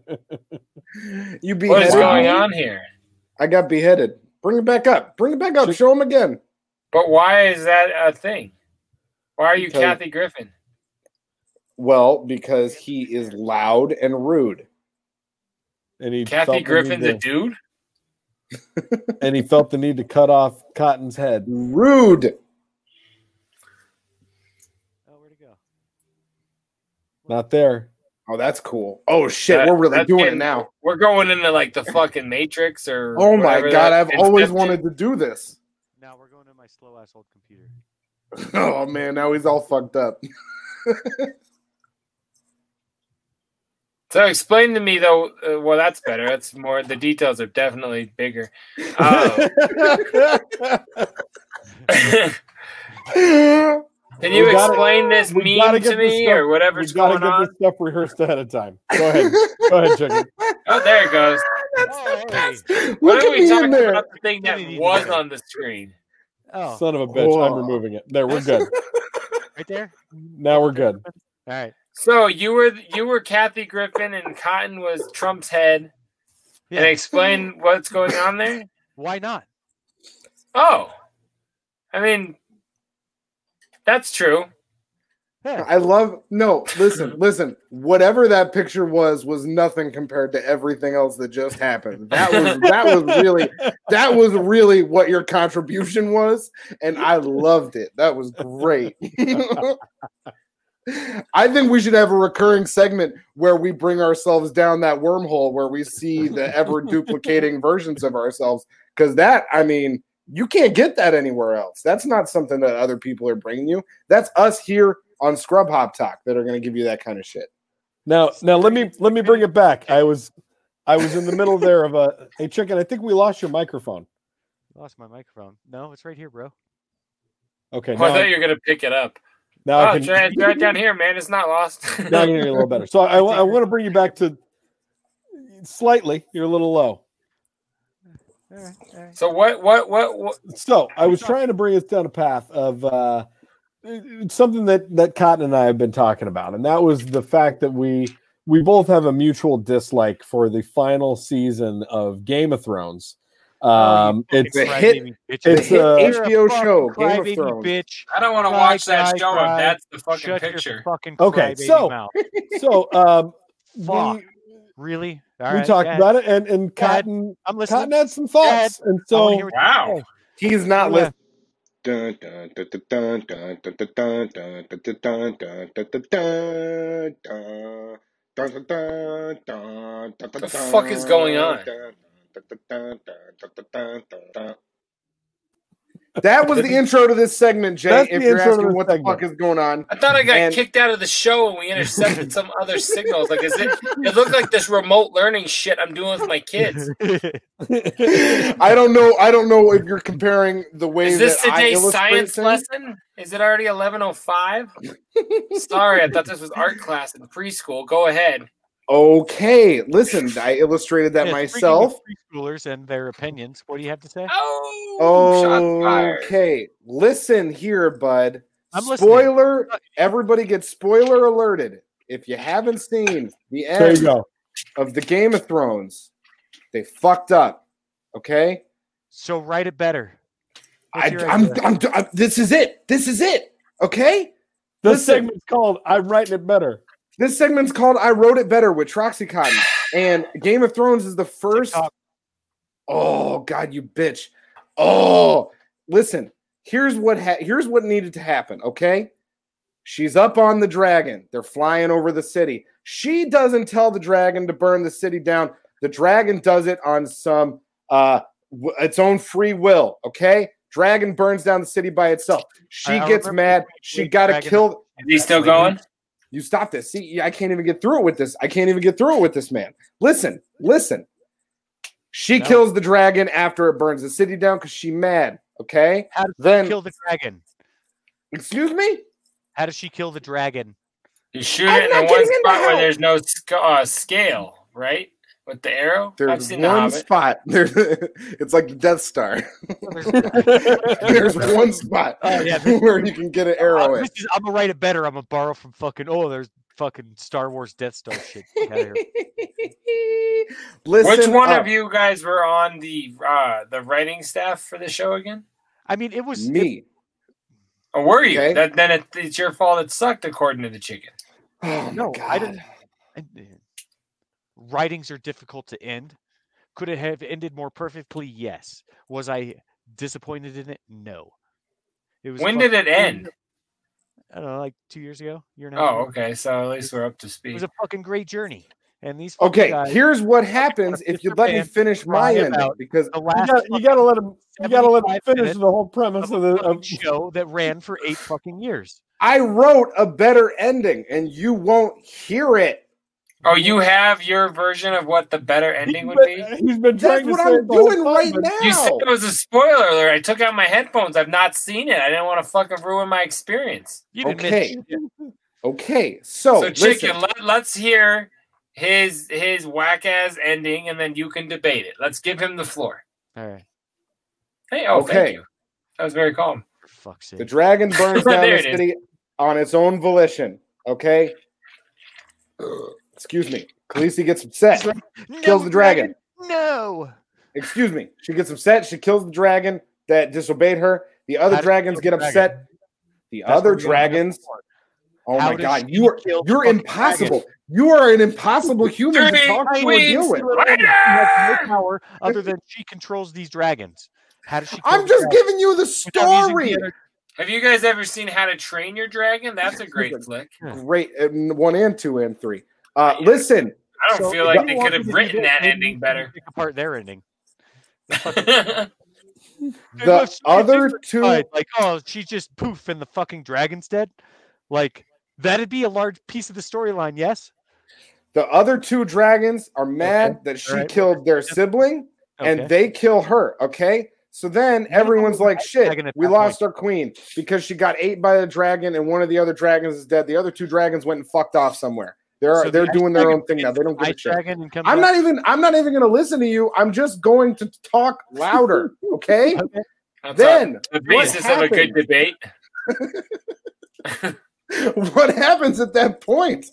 Speaker 9: See?
Speaker 2: You beheaded.
Speaker 3: What is going on here?
Speaker 2: I got beheaded. Bring it back up. Bring it back up. Show them again.
Speaker 3: But why is that a thing? Why are you
Speaker 2: Because-
Speaker 3: Kathy Griffin?
Speaker 2: Well, because he is loud and rude.
Speaker 9: and he felt the
Speaker 3: Kathy
Speaker 9: need
Speaker 3: Griffin's a
Speaker 9: to-
Speaker 3: dude.
Speaker 9: and he felt the need to cut off Cotton's head.
Speaker 2: Rude.
Speaker 10: Oh,
Speaker 9: Not there.
Speaker 2: Oh, that's cool. Oh shit,
Speaker 3: That-
Speaker 2: we're really
Speaker 3: that's
Speaker 2: doing it
Speaker 3: getting-
Speaker 2: now.
Speaker 3: We're going into like the fucking Matrix or.
Speaker 2: Oh my
Speaker 3: whatever
Speaker 2: god,
Speaker 3: that
Speaker 2: I've always
Speaker 3: Inception-
Speaker 2: wanted to do this.
Speaker 10: Now we're going to my slow ass old computer.
Speaker 2: Oh man, now he's all fucked up.
Speaker 3: So explain to me though. Uh, well, that's better. That's more. The details are definitely bigger. Uh, can you
Speaker 9: We gotta-
Speaker 3: explain this
Speaker 9: we gotta
Speaker 3: meme
Speaker 9: get
Speaker 3: to
Speaker 9: this
Speaker 3: me
Speaker 9: stuff-
Speaker 3: or whatever's
Speaker 9: we gotta
Speaker 3: going
Speaker 9: get
Speaker 3: on?
Speaker 9: this stuff rehearsed ahead of time. Go ahead. Go ahead, Chicken.
Speaker 3: Oh, there it goes.
Speaker 2: Look
Speaker 3: What
Speaker 2: at
Speaker 3: are we
Speaker 2: me in
Speaker 3: talking
Speaker 2: there.
Speaker 3: about? The thing that was on the screen.
Speaker 10: Oh,
Speaker 9: Son of a bitch. I'm removing it. There, we're good.
Speaker 10: right there.
Speaker 9: Now we're good.
Speaker 10: All right.
Speaker 3: So you were you were Kathy Griffin and Cotton was Trump's head.
Speaker 10: Yeah.
Speaker 3: And explain what's going on there.
Speaker 10: Why not?
Speaker 3: Oh, I mean, that's true.
Speaker 2: I love no, listen, listen. Whatever that picture was was nothing compared to everything else that just happened. That was that was really that was really what your contribution was and I loved it. That was great. I think we should have a recurring segment where we bring ourselves down that wormhole where we see the ever duplicating versions of ourselves cuz that I mean you can't get that anywhere else. That's not something that other people are bringing you. That's us here on Scrub Hop Talk that are going to give you that kind of shit.
Speaker 9: Now now let me let me bring it back. I was I was in the middle there of a hey chicken, I think we lost your microphone.
Speaker 10: Lost my microphone. No, it's right here, bro.
Speaker 9: Okay.
Speaker 3: Oh, I
Speaker 9: now
Speaker 3: thought
Speaker 9: I-
Speaker 3: you were gonna pick it up.
Speaker 10: Uh,
Speaker 9: now
Speaker 3: oh,
Speaker 9: I
Speaker 3: it's,
Speaker 9: can-
Speaker 3: right, it's right down here, man. It's not lost.
Speaker 9: now I can hear you a little better. So I, I want to bring you back to slightly. You're a little low.
Speaker 10: All right. All right.
Speaker 3: so what, what? What? What?
Speaker 9: So I was trying to bring us down a path of uh, something that that Cotton and I have been talking about, and that was the fact that we we both have a mutual dislike for the final season of Game of Thrones. Um, it's
Speaker 2: The
Speaker 10: Crybaby
Speaker 2: hit-
Speaker 10: bitch.
Speaker 9: it's,
Speaker 2: the hit
Speaker 9: uh,
Speaker 2: HBO
Speaker 10: Fucking
Speaker 2: show Game of
Speaker 10: crybaby
Speaker 2: Thrones.
Speaker 10: bitch.
Speaker 3: I don't want to
Speaker 10: Cry,
Speaker 3: watch that
Speaker 10: cry,
Speaker 3: show.
Speaker 10: cry.
Speaker 3: If that's the fucking
Speaker 10: Shut your
Speaker 3: picture.
Speaker 10: fucking
Speaker 9: Okay,
Speaker 10: crybaby
Speaker 9: so-
Speaker 10: mouth.
Speaker 9: so um, we,
Speaker 10: Fuck. Really? All
Speaker 9: we
Speaker 10: right,
Speaker 9: talked
Speaker 10: yeah,
Speaker 9: about it, and and
Speaker 10: Go ahead.
Speaker 9: Cotton
Speaker 10: I'm
Speaker 9: Cotton
Speaker 10: listening.
Speaker 9: had some
Speaker 10: Go ahead.
Speaker 9: thoughts, and
Speaker 10: I wanna
Speaker 9: so
Speaker 10: hear what you
Speaker 3: Wow.
Speaker 10: say.
Speaker 2: He's not
Speaker 10: Yeah.
Speaker 2: listening.
Speaker 6: Dun, dun, dun, dun, dun, dun, dun, dun, dun, dun, dun, dun, dun, dun, dun, dun. Dun, dun, dun, dun, dun, dun,
Speaker 3: The fuck is going on?
Speaker 6: dun, dun, dun, dun, dun, dun, dun, dun, dun.
Speaker 2: That was the intro to this segment, Jay.
Speaker 9: That's
Speaker 2: if
Speaker 9: the
Speaker 2: you're
Speaker 9: intro to
Speaker 2: asking
Speaker 9: this
Speaker 2: what
Speaker 9: segment.
Speaker 2: the fuck is going on,
Speaker 3: I thought I got
Speaker 2: And-
Speaker 3: kicked out of the show and we intercepted some other signals. Like, is it? It looked like this remote learning shit I'm doing with my kids.
Speaker 2: I don't know. I don't know if you're comparing the way
Speaker 3: Is this
Speaker 2: that I
Speaker 3: today's
Speaker 2: illustrate
Speaker 3: science
Speaker 2: things.
Speaker 3: lesson? Is it already 11:05? Sorry, I thought this was art class in preschool. Go ahead.
Speaker 2: Okay, listen. I illustrated that
Speaker 10: Yeah, speaking of
Speaker 2: myself.
Speaker 10: Preschoolers and their opinions. What do you have to say?
Speaker 3: Oh, shots fired.
Speaker 2: Okay, listen here, bud.
Speaker 10: I'm listening.
Speaker 2: spoiler. Everybody gets spoiler alerted. If you haven't seen the end,
Speaker 9: there you go.
Speaker 2: of the Game of Thrones. They fucked up. Okay?
Speaker 10: So write it better.
Speaker 2: I, I'm, I'm, I'm- This is it. This is it. Okay.
Speaker 9: This segment's called "I'm Writing It Better."
Speaker 2: This segment's called "I Wrote It Better" with Troxy Cotton, and Game of Thrones is the first. Oh God, you bitch! Oh, listen. Here's what ha- here's what needed to happen. Okay. She's up on the dragon. They're flying over the city. She doesn't tell the dragon to burn the city down. The dragon does it on some uh w- its own free will, okay? Dragon burns down the city by itself. She
Speaker 3: I- I
Speaker 2: gets
Speaker 3: remember
Speaker 2: mad. She got to
Speaker 3: Dragon-
Speaker 2: kill
Speaker 3: Is he still going?
Speaker 2: You stop this. See, I can't even get through it with this. I can't even get through it with this man. Listen. Listen. She
Speaker 10: No.
Speaker 2: kills the dragon after it burns the city down cuz she mad, okay?
Speaker 10: How does
Speaker 2: then
Speaker 10: she kill the dragon?
Speaker 2: Excuse me?
Speaker 10: How does she kill the dragon?
Speaker 3: You shoot it in the one spot where there's no sc- uh, scale, right? With the arrow. I've
Speaker 2: There's
Speaker 3: seen the
Speaker 2: one
Speaker 3: Hobbit.
Speaker 2: spot. There, it's like the Death Star. There's one spot
Speaker 10: Oh, yeah, this-
Speaker 2: where you can get an arrow in.
Speaker 10: This is- I'm gonna write it better. I'm gonna borrow from fucking. Oh, there's fucking Star Wars Death Star shit. Get outta here.
Speaker 2: Listen
Speaker 3: Which one
Speaker 2: up.
Speaker 3: of you guys were on the uh, the writing staff for the show again?
Speaker 10: I mean, it was
Speaker 2: me.
Speaker 3: Or Oh, were you? That, then it, it's your fault. It sucked, according to the chicken.
Speaker 2: Oh,
Speaker 10: no, I didn't. I- writings are difficult to end. Could it have ended more perfectly? Yes. Was I disappointed in it? No. It
Speaker 3: When did
Speaker 10: fucking-
Speaker 3: it end?
Speaker 10: I don't know, like two years ago. Year and a half
Speaker 3: Oh,
Speaker 10: ago.
Speaker 3: okay. So at least we're up to
Speaker 10: It
Speaker 3: speed.
Speaker 10: was a fucking great journey. And these fucking
Speaker 2: Okay,
Speaker 10: guys-
Speaker 2: here's what happens if you let me
Speaker 10: Superman
Speaker 2: finish my
Speaker 10: cry
Speaker 2: ending
Speaker 10: about
Speaker 2: because
Speaker 10: the
Speaker 9: You
Speaker 10: last
Speaker 9: got, you got to let him. You got to let him
Speaker 10: 75
Speaker 9: finish
Speaker 10: minutes
Speaker 9: the whole premise of the. Of,
Speaker 10: show that ran for eight fucking years.
Speaker 2: I wrote a better ending and you won't hear it.
Speaker 3: Oh, you have your version of what the better ending would be?
Speaker 9: He's been
Speaker 2: That's
Speaker 9: trying to
Speaker 2: what
Speaker 9: say
Speaker 2: I'm
Speaker 9: it the whole
Speaker 2: doing
Speaker 9: time,
Speaker 2: right
Speaker 9: but-
Speaker 2: now.
Speaker 3: You said it was a spoiler alert. I took out my headphones. I've not seen it. I didn't want to fucking ruin my experience.
Speaker 10: You didn't miss
Speaker 2: Okay,
Speaker 10: shit.
Speaker 2: okay. So,
Speaker 3: so,
Speaker 2: listen,
Speaker 3: chicken, let, let's hear his his whack ass ending, and then you can debate it. Let's give him the floor.
Speaker 10: All right.
Speaker 3: Hey, oh,
Speaker 2: Okay.
Speaker 3: thank you. That was very calm.
Speaker 10: For fuck's sake.
Speaker 2: the dragon burns down
Speaker 3: There
Speaker 2: the
Speaker 3: it is.
Speaker 2: city on its own volition. Okay. Excuse me. Khaleesi gets upset, kills the dragon.
Speaker 10: No.
Speaker 2: excuse me. She gets upset. She kills the dragon that disobeyed her. The other
Speaker 10: How did she
Speaker 2: dragons get
Speaker 10: kill the dragon?
Speaker 2: upset. The
Speaker 10: That's
Speaker 2: other
Speaker 10: what we gotta do
Speaker 2: dragons.
Speaker 10: before.
Speaker 2: Oh
Speaker 10: How
Speaker 2: my
Speaker 10: did
Speaker 2: god,
Speaker 10: she
Speaker 2: you are
Speaker 10: kill the
Speaker 2: you're
Speaker 10: fucking
Speaker 2: impossible.
Speaker 10: dragon?
Speaker 2: You are an impossible human to
Speaker 3: Three
Speaker 2: talk to or
Speaker 3: queens
Speaker 2: deal with.
Speaker 10: She has no power other than she controls these dragons. How does she? kill
Speaker 2: I'm
Speaker 10: the
Speaker 2: just
Speaker 10: dragon?
Speaker 2: giving you the
Speaker 10: Without using
Speaker 2: story.
Speaker 10: the other-
Speaker 3: Have you guys ever seen How to Train Your Dragon? That's a great flick.
Speaker 2: Great, uh, one and two and three. Uh, listen,
Speaker 3: I don't
Speaker 10: So,
Speaker 3: feel
Speaker 10: if
Speaker 3: like
Speaker 10: you
Speaker 3: they
Speaker 10: want
Speaker 3: could
Speaker 10: me
Speaker 3: have
Speaker 10: to do
Speaker 3: written
Speaker 10: this,
Speaker 3: that
Speaker 10: maybe
Speaker 3: ending
Speaker 10: you can
Speaker 3: better.
Speaker 10: Pick apart their ending.
Speaker 2: the other two.
Speaker 10: Right, like, oh, she just poof and the fucking dragon's dead. Like that'd be a large piece of the storyline. Yes.
Speaker 2: The other two dragons are mad that she
Speaker 10: alright,
Speaker 2: killed their sibling
Speaker 10: Okay.
Speaker 2: and they kill her. Okay. So then everyone's like,
Speaker 10: dragon
Speaker 2: shit,
Speaker 10: at
Speaker 2: we
Speaker 10: that
Speaker 2: lost our queen because she got ate by a dragon and one of the other dragons is dead. The other two dragons went and fucked off somewhere. They're
Speaker 10: So the
Speaker 2: they're
Speaker 10: ice
Speaker 2: doing their
Speaker 10: dragon
Speaker 2: own thing now. They don't give
Speaker 10: Ice
Speaker 2: a shit.
Speaker 10: dragon and comes
Speaker 2: I'm
Speaker 10: up-
Speaker 2: not even I'm not even gonna listen to you. I'm just going to talk louder. Okay.
Speaker 3: That's
Speaker 2: Then,
Speaker 3: a- the
Speaker 2: what
Speaker 3: basis of a good
Speaker 2: happened?
Speaker 3: debate.
Speaker 2: what happens at that point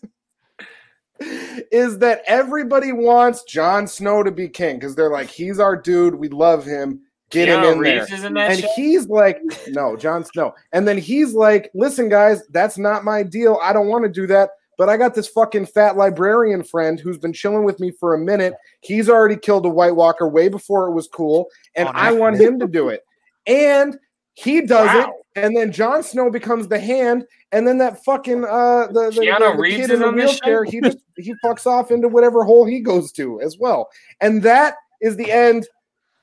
Speaker 2: is that everybody wants Jon Snow to be king because they're like, he's our dude. We love him. Get
Speaker 3: Keanu
Speaker 2: him in
Speaker 3: Reeves
Speaker 2: there.
Speaker 3: is in that
Speaker 2: and
Speaker 3: show?
Speaker 2: he's like, no, Jon Snow. And then he's like, listen, guys, that's not my deal. I don't want to do that. But I got this fucking fat librarian friend who's been chilling with me for a minute. He's already killed a White Walker way before it was cool. And
Speaker 10: Oh,
Speaker 2: I
Speaker 10: nice.
Speaker 2: want him to do it. And he does
Speaker 3: Wow.
Speaker 2: it. And then Jon Snow becomes the hand. And then that fucking uh the, the,
Speaker 3: Keanu
Speaker 2: the- the
Speaker 3: Reeves
Speaker 2: kid
Speaker 3: is
Speaker 2: in the
Speaker 3: on this
Speaker 2: wheelchair,
Speaker 3: show?
Speaker 2: he just he fucks off into whatever hole he goes to as well. And that is the end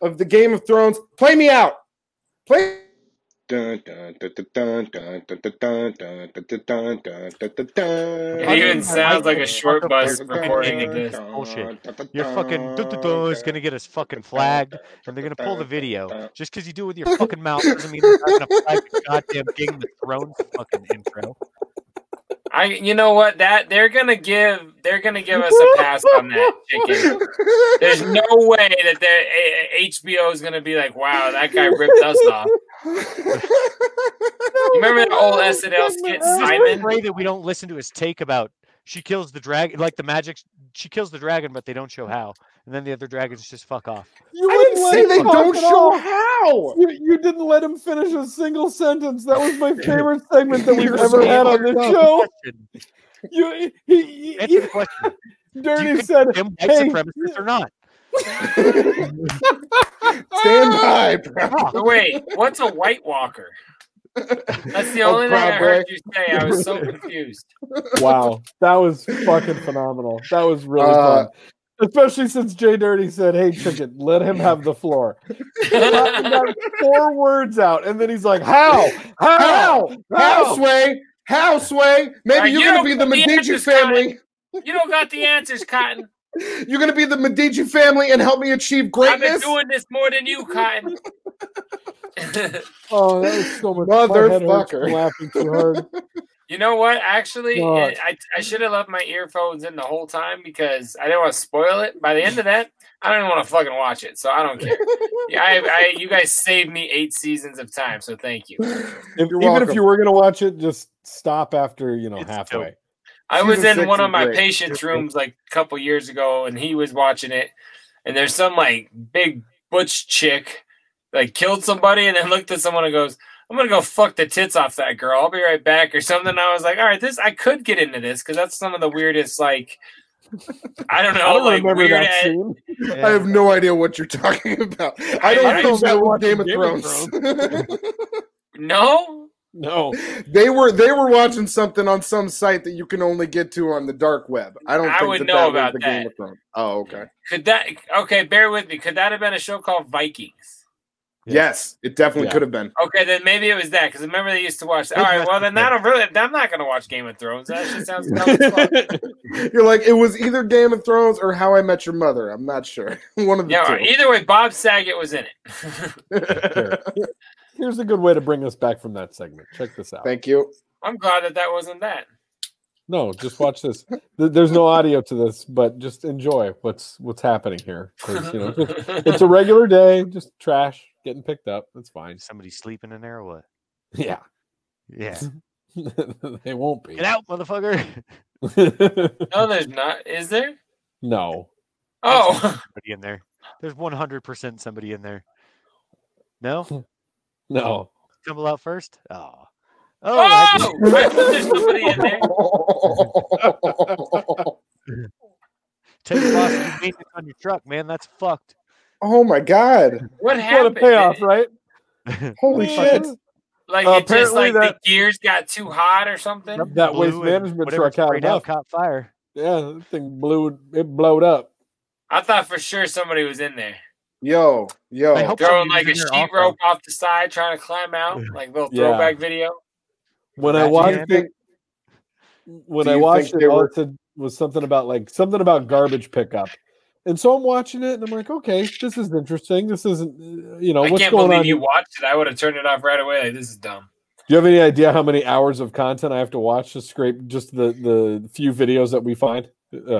Speaker 2: of the Game of Thrones. Play me out. Play dun, dun, dun, dun, dun, dun, dun, dun, dun, dun, dun, dun, dun, dun, dun.
Speaker 3: It even sounds like a short bus recording of this.
Speaker 10: bullshit. You're fucking. duh, duh, duh, It's gonna get us fucking flagged, and they're gonna pull the video. Just because you do it with your fucking mouth doesn't mean they're not gonna flag the goddamn King of the Throne fucking intro.
Speaker 3: I, you know what? That they're gonna give, they're gonna give us a pass on that chicken. There's no way that their HBO is gonna be like, "Wow, that guy ripped us off." You remember that old SNL skit,
Speaker 10: I
Speaker 3: Simon?
Speaker 10: pray that we don't listen to his take about she kills the dragon, like the magic she kills the dragon, but they don't show how. And then the other dragons just fuck off.
Speaker 9: You
Speaker 2: I didn't
Speaker 9: wouldn't let
Speaker 2: say
Speaker 9: him
Speaker 2: they
Speaker 9: talk
Speaker 2: don't
Speaker 9: at
Speaker 2: show
Speaker 9: all.
Speaker 2: how.
Speaker 9: You, you didn't let him finish a single sentence. That was my favorite segment that we've
Speaker 2: You're
Speaker 9: ever
Speaker 2: so
Speaker 9: had on this
Speaker 2: fucked up.
Speaker 9: show. You, he, he,
Speaker 10: Answer the question.
Speaker 9: Dirty
Speaker 10: think
Speaker 9: said,
Speaker 10: Them white
Speaker 9: "Hey,
Speaker 10: supremacists or not?
Speaker 2: Stand by, bro.
Speaker 3: But wait, what's a White Walker? That's the
Speaker 2: Oh,
Speaker 3: only thing I heard
Speaker 2: probably.
Speaker 3: you say. I was so confused.
Speaker 9: wow, that was fucking phenomenal. That was really
Speaker 2: Uh,
Speaker 9: fun." Especially since Jay Dirty said, "Hey, chicken, let him have the floor." Got- got four words out, and then he's like, "How? How?
Speaker 2: How? How sway? How sway? Maybe
Speaker 3: Are
Speaker 2: you're
Speaker 3: you
Speaker 2: gonna be the
Speaker 3: the
Speaker 2: Medici
Speaker 3: answers, Cotton?
Speaker 2: family.
Speaker 3: You don't got the answers, Cotton.
Speaker 2: You're gonna be the Medici family and help me achieve
Speaker 3: I've been
Speaker 2: greatness.
Speaker 3: doing this more than you, Cotton.
Speaker 9: Oh, that was so much fun. My head hurts from
Speaker 2: Motherfucker.
Speaker 9: Laughing too hard.
Speaker 3: you know what? Actually,
Speaker 9: God.
Speaker 3: it- I, I should have left my earphones in the whole time because I didn't want to spoil it. By the end of that, I don't even want to fucking watch it, so I don't care. Yeah, I, I, you guys saved me eight seasons of time, so thank you.
Speaker 9: If, even
Speaker 2: welcome.
Speaker 9: if you were gonna watch it, just stop after you know
Speaker 10: It's
Speaker 9: halfway.
Speaker 3: I
Speaker 2: Season
Speaker 3: was in
Speaker 2: six
Speaker 3: one
Speaker 2: is
Speaker 3: of my
Speaker 2: great.
Speaker 3: patients' rooms like a couple years ago, and he was watching it. And there's some like big butch chick like killed somebody, and then looked at someone and goes, "I'm gonna go fuck the tits off that girl. I'll be right back" or something. And I was like, "All right, this I could get into this because that's some of the weirdest like I don't know
Speaker 9: I don't
Speaker 3: like
Speaker 9: remember
Speaker 3: weird
Speaker 9: that
Speaker 3: ass-
Speaker 9: scene.
Speaker 2: I have no idea what you're talking about. I don't
Speaker 3: I
Speaker 2: think
Speaker 9: don't
Speaker 2: that
Speaker 9: know
Speaker 2: was
Speaker 9: what
Speaker 2: Game of
Speaker 9: Game of
Speaker 2: Thrones.
Speaker 3: no."
Speaker 9: No,
Speaker 2: they were they were watching something on some site that you can only get to on the dark web. I don't
Speaker 3: I
Speaker 2: think
Speaker 3: would
Speaker 2: that that
Speaker 3: know
Speaker 2: was
Speaker 3: about
Speaker 2: the Game
Speaker 3: that.
Speaker 2: of Thrones. Oh, okay.
Speaker 3: Could that okay? Bear with me. Could that have been a show called Vikings?
Speaker 9: Yeah.
Speaker 2: Yes, it definitely
Speaker 9: Yeah.
Speaker 2: could have been.
Speaker 3: Okay, then maybe it was that because remember they used to watch. All right, well then I don't really. I'm not gonna watch Game of Thrones. That shit sounds dumb as fuck.
Speaker 2: You're like it was either Game of Thrones or How I Met Your Mother. I'm not sure. One of the
Speaker 3: Yeah, all
Speaker 2: two.
Speaker 3: right. either way, Bob Saget was in it.
Speaker 9: Here. here's a good way to bring us back from that segment. Check this out.
Speaker 2: Thank you.
Speaker 3: I'm glad that that wasn't that.
Speaker 9: No, just watch this. Th- There's no audio to this, but just enjoy what's what's happening here. 'Cause, you know, just- it's a regular day, just trash getting picked up. That's fine.
Speaker 10: Somebody sleeping in there or what?
Speaker 9: Yeah,
Speaker 10: Yeah.
Speaker 9: they won't be.
Speaker 10: Get out, motherfucker.
Speaker 3: no, there's not. Is there?
Speaker 9: no,
Speaker 3: Oh,
Speaker 10: Somebody in there. There's 100% somebody in there. No?
Speaker 9: no.
Speaker 10: Tumble out first? Oh.
Speaker 3: oh!
Speaker 10: Oh,
Speaker 9: Ah!
Speaker 10: I did-
Speaker 3: I thought there's somebody in there.
Speaker 10: tell your boss you maintenance on your truck, man. That's fucked.
Speaker 2: oh my god!
Speaker 3: What
Speaker 9: What a
Speaker 3: happened?
Speaker 9: payoff, right?
Speaker 2: Holy
Speaker 9: Yeah.
Speaker 2: shit!
Speaker 3: Like it
Speaker 9: Uh,
Speaker 3: just
Speaker 9: apparently
Speaker 3: like
Speaker 9: that-
Speaker 3: the gears got too hot or something.
Speaker 9: That
Speaker 10: Blew
Speaker 9: waste
Speaker 10: and
Speaker 9: management
Speaker 10: whatever
Speaker 9: truck had
Speaker 10: sprayed out
Speaker 9: enough.
Speaker 10: caught fire.
Speaker 9: Yeah, that thing blew. It blowed up.
Speaker 3: I thought for sure somebody was in there
Speaker 2: Yo,
Speaker 10: I
Speaker 2: yo.
Speaker 10: hope
Speaker 3: throwing
Speaker 10: somebody
Speaker 3: Oh, like a
Speaker 10: was in there
Speaker 3: sheet
Speaker 10: also.
Speaker 3: rope off the side, trying to climb out, like little
Speaker 9: Yeah.
Speaker 3: throwback video.
Speaker 9: When I
Speaker 10: Imagine
Speaker 9: watched
Speaker 10: that.
Speaker 9: it, when
Speaker 2: Do
Speaker 9: I
Speaker 2: you
Speaker 9: watched
Speaker 2: think
Speaker 9: it,
Speaker 2: they
Speaker 9: all
Speaker 2: were-
Speaker 9: it said was something about like something about garbage pickup. And so I'm watching it, and I'm like, okay, this is interesting. This isn't, uh, you know,
Speaker 3: I
Speaker 9: what's
Speaker 3: can't
Speaker 9: going
Speaker 3: believe
Speaker 9: on?
Speaker 3: you
Speaker 9: here?
Speaker 3: watched it. I would have turned it off right away. Like, this is dumb.
Speaker 9: Do you have any idea how many hours of content I have to watch to scrape just the the few videos that we find? Uh,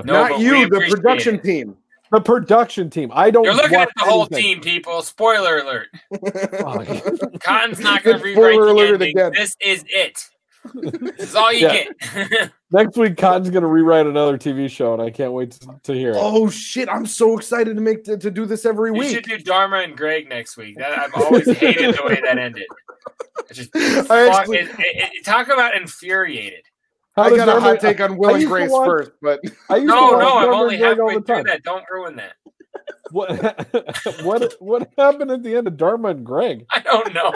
Speaker 3: No,
Speaker 2: Not
Speaker 3: but we
Speaker 2: you, the
Speaker 3: appreciate
Speaker 2: production
Speaker 3: it.
Speaker 2: team.
Speaker 9: The production team. I don't.
Speaker 3: You're looking at
Speaker 9: watch
Speaker 3: the whole team,
Speaker 9: anything.
Speaker 3: people. Spoiler alert.
Speaker 9: Fuck.
Speaker 3: Cotton's not going to
Speaker 2: Good
Speaker 3: rewrite
Speaker 2: spoiler
Speaker 3: the
Speaker 2: alert
Speaker 3: ending.
Speaker 2: again.
Speaker 3: This is it. This is all you
Speaker 9: Yeah.
Speaker 3: get.
Speaker 9: Next week, Cotton's going to rewrite another TV show, and I can't wait to, to hear it.
Speaker 2: Oh shit! I'm so excited to make to, to do this every
Speaker 3: we
Speaker 2: week.
Speaker 3: should do Dharma and Greg next week. That, I've always hated the way that ended. It's Just,
Speaker 2: I
Speaker 3: fuck-
Speaker 2: actually-
Speaker 3: it- it- it- talk about
Speaker 8: infuriated.
Speaker 9: How
Speaker 2: I
Speaker 9: does
Speaker 2: got a
Speaker 9: Dharma-
Speaker 2: hot take on Will
Speaker 9: I
Speaker 2: and
Speaker 9: used to
Speaker 2: Grace
Speaker 9: watch-
Speaker 2: first, but
Speaker 9: I used to
Speaker 3: no, no.
Speaker 9: watch
Speaker 3: I'm
Speaker 9: Dharma
Speaker 3: only
Speaker 9: and Greg all
Speaker 3: halfway
Speaker 9: the
Speaker 3: through
Speaker 9: time.
Speaker 3: that. Don't ruin that.
Speaker 9: What, what what happened at the end of Dharma and Greg?
Speaker 3: I don't know.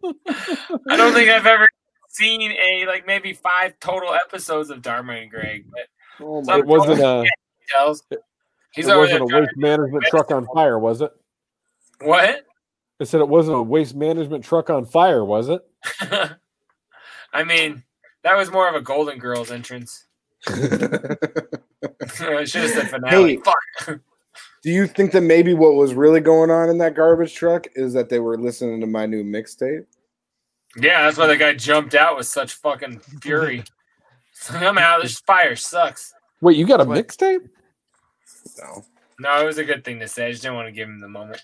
Speaker 3: I don't think I've ever seen a like maybe five total episodes of Dharma and Greg, but
Speaker 2: oh
Speaker 3: my
Speaker 9: It wasn't a
Speaker 3: tells
Speaker 9: it
Speaker 3: he's over there.
Speaker 9: wasn't a
Speaker 3: trying-
Speaker 9: waste management truck on fire, was it?
Speaker 3: What?
Speaker 9: I said it wasn't a waste management truck on fire, was it?
Speaker 3: I mean, that was more of a Golden Girls entrance. I should have said
Speaker 2: Hey.
Speaker 3: finale. Fuck.
Speaker 2: Do you think that maybe what was really going on in that garbage truck is that they were listening to my new mixtape?
Speaker 3: Yeah, that's why the guy jumped out with such fucking fury. I'm out. This fire sucks.
Speaker 9: Wait, you got a
Speaker 10: What?
Speaker 9: mixtape?
Speaker 2: No,
Speaker 3: No, it was a good thing to say. I just didn't want to give him the moment.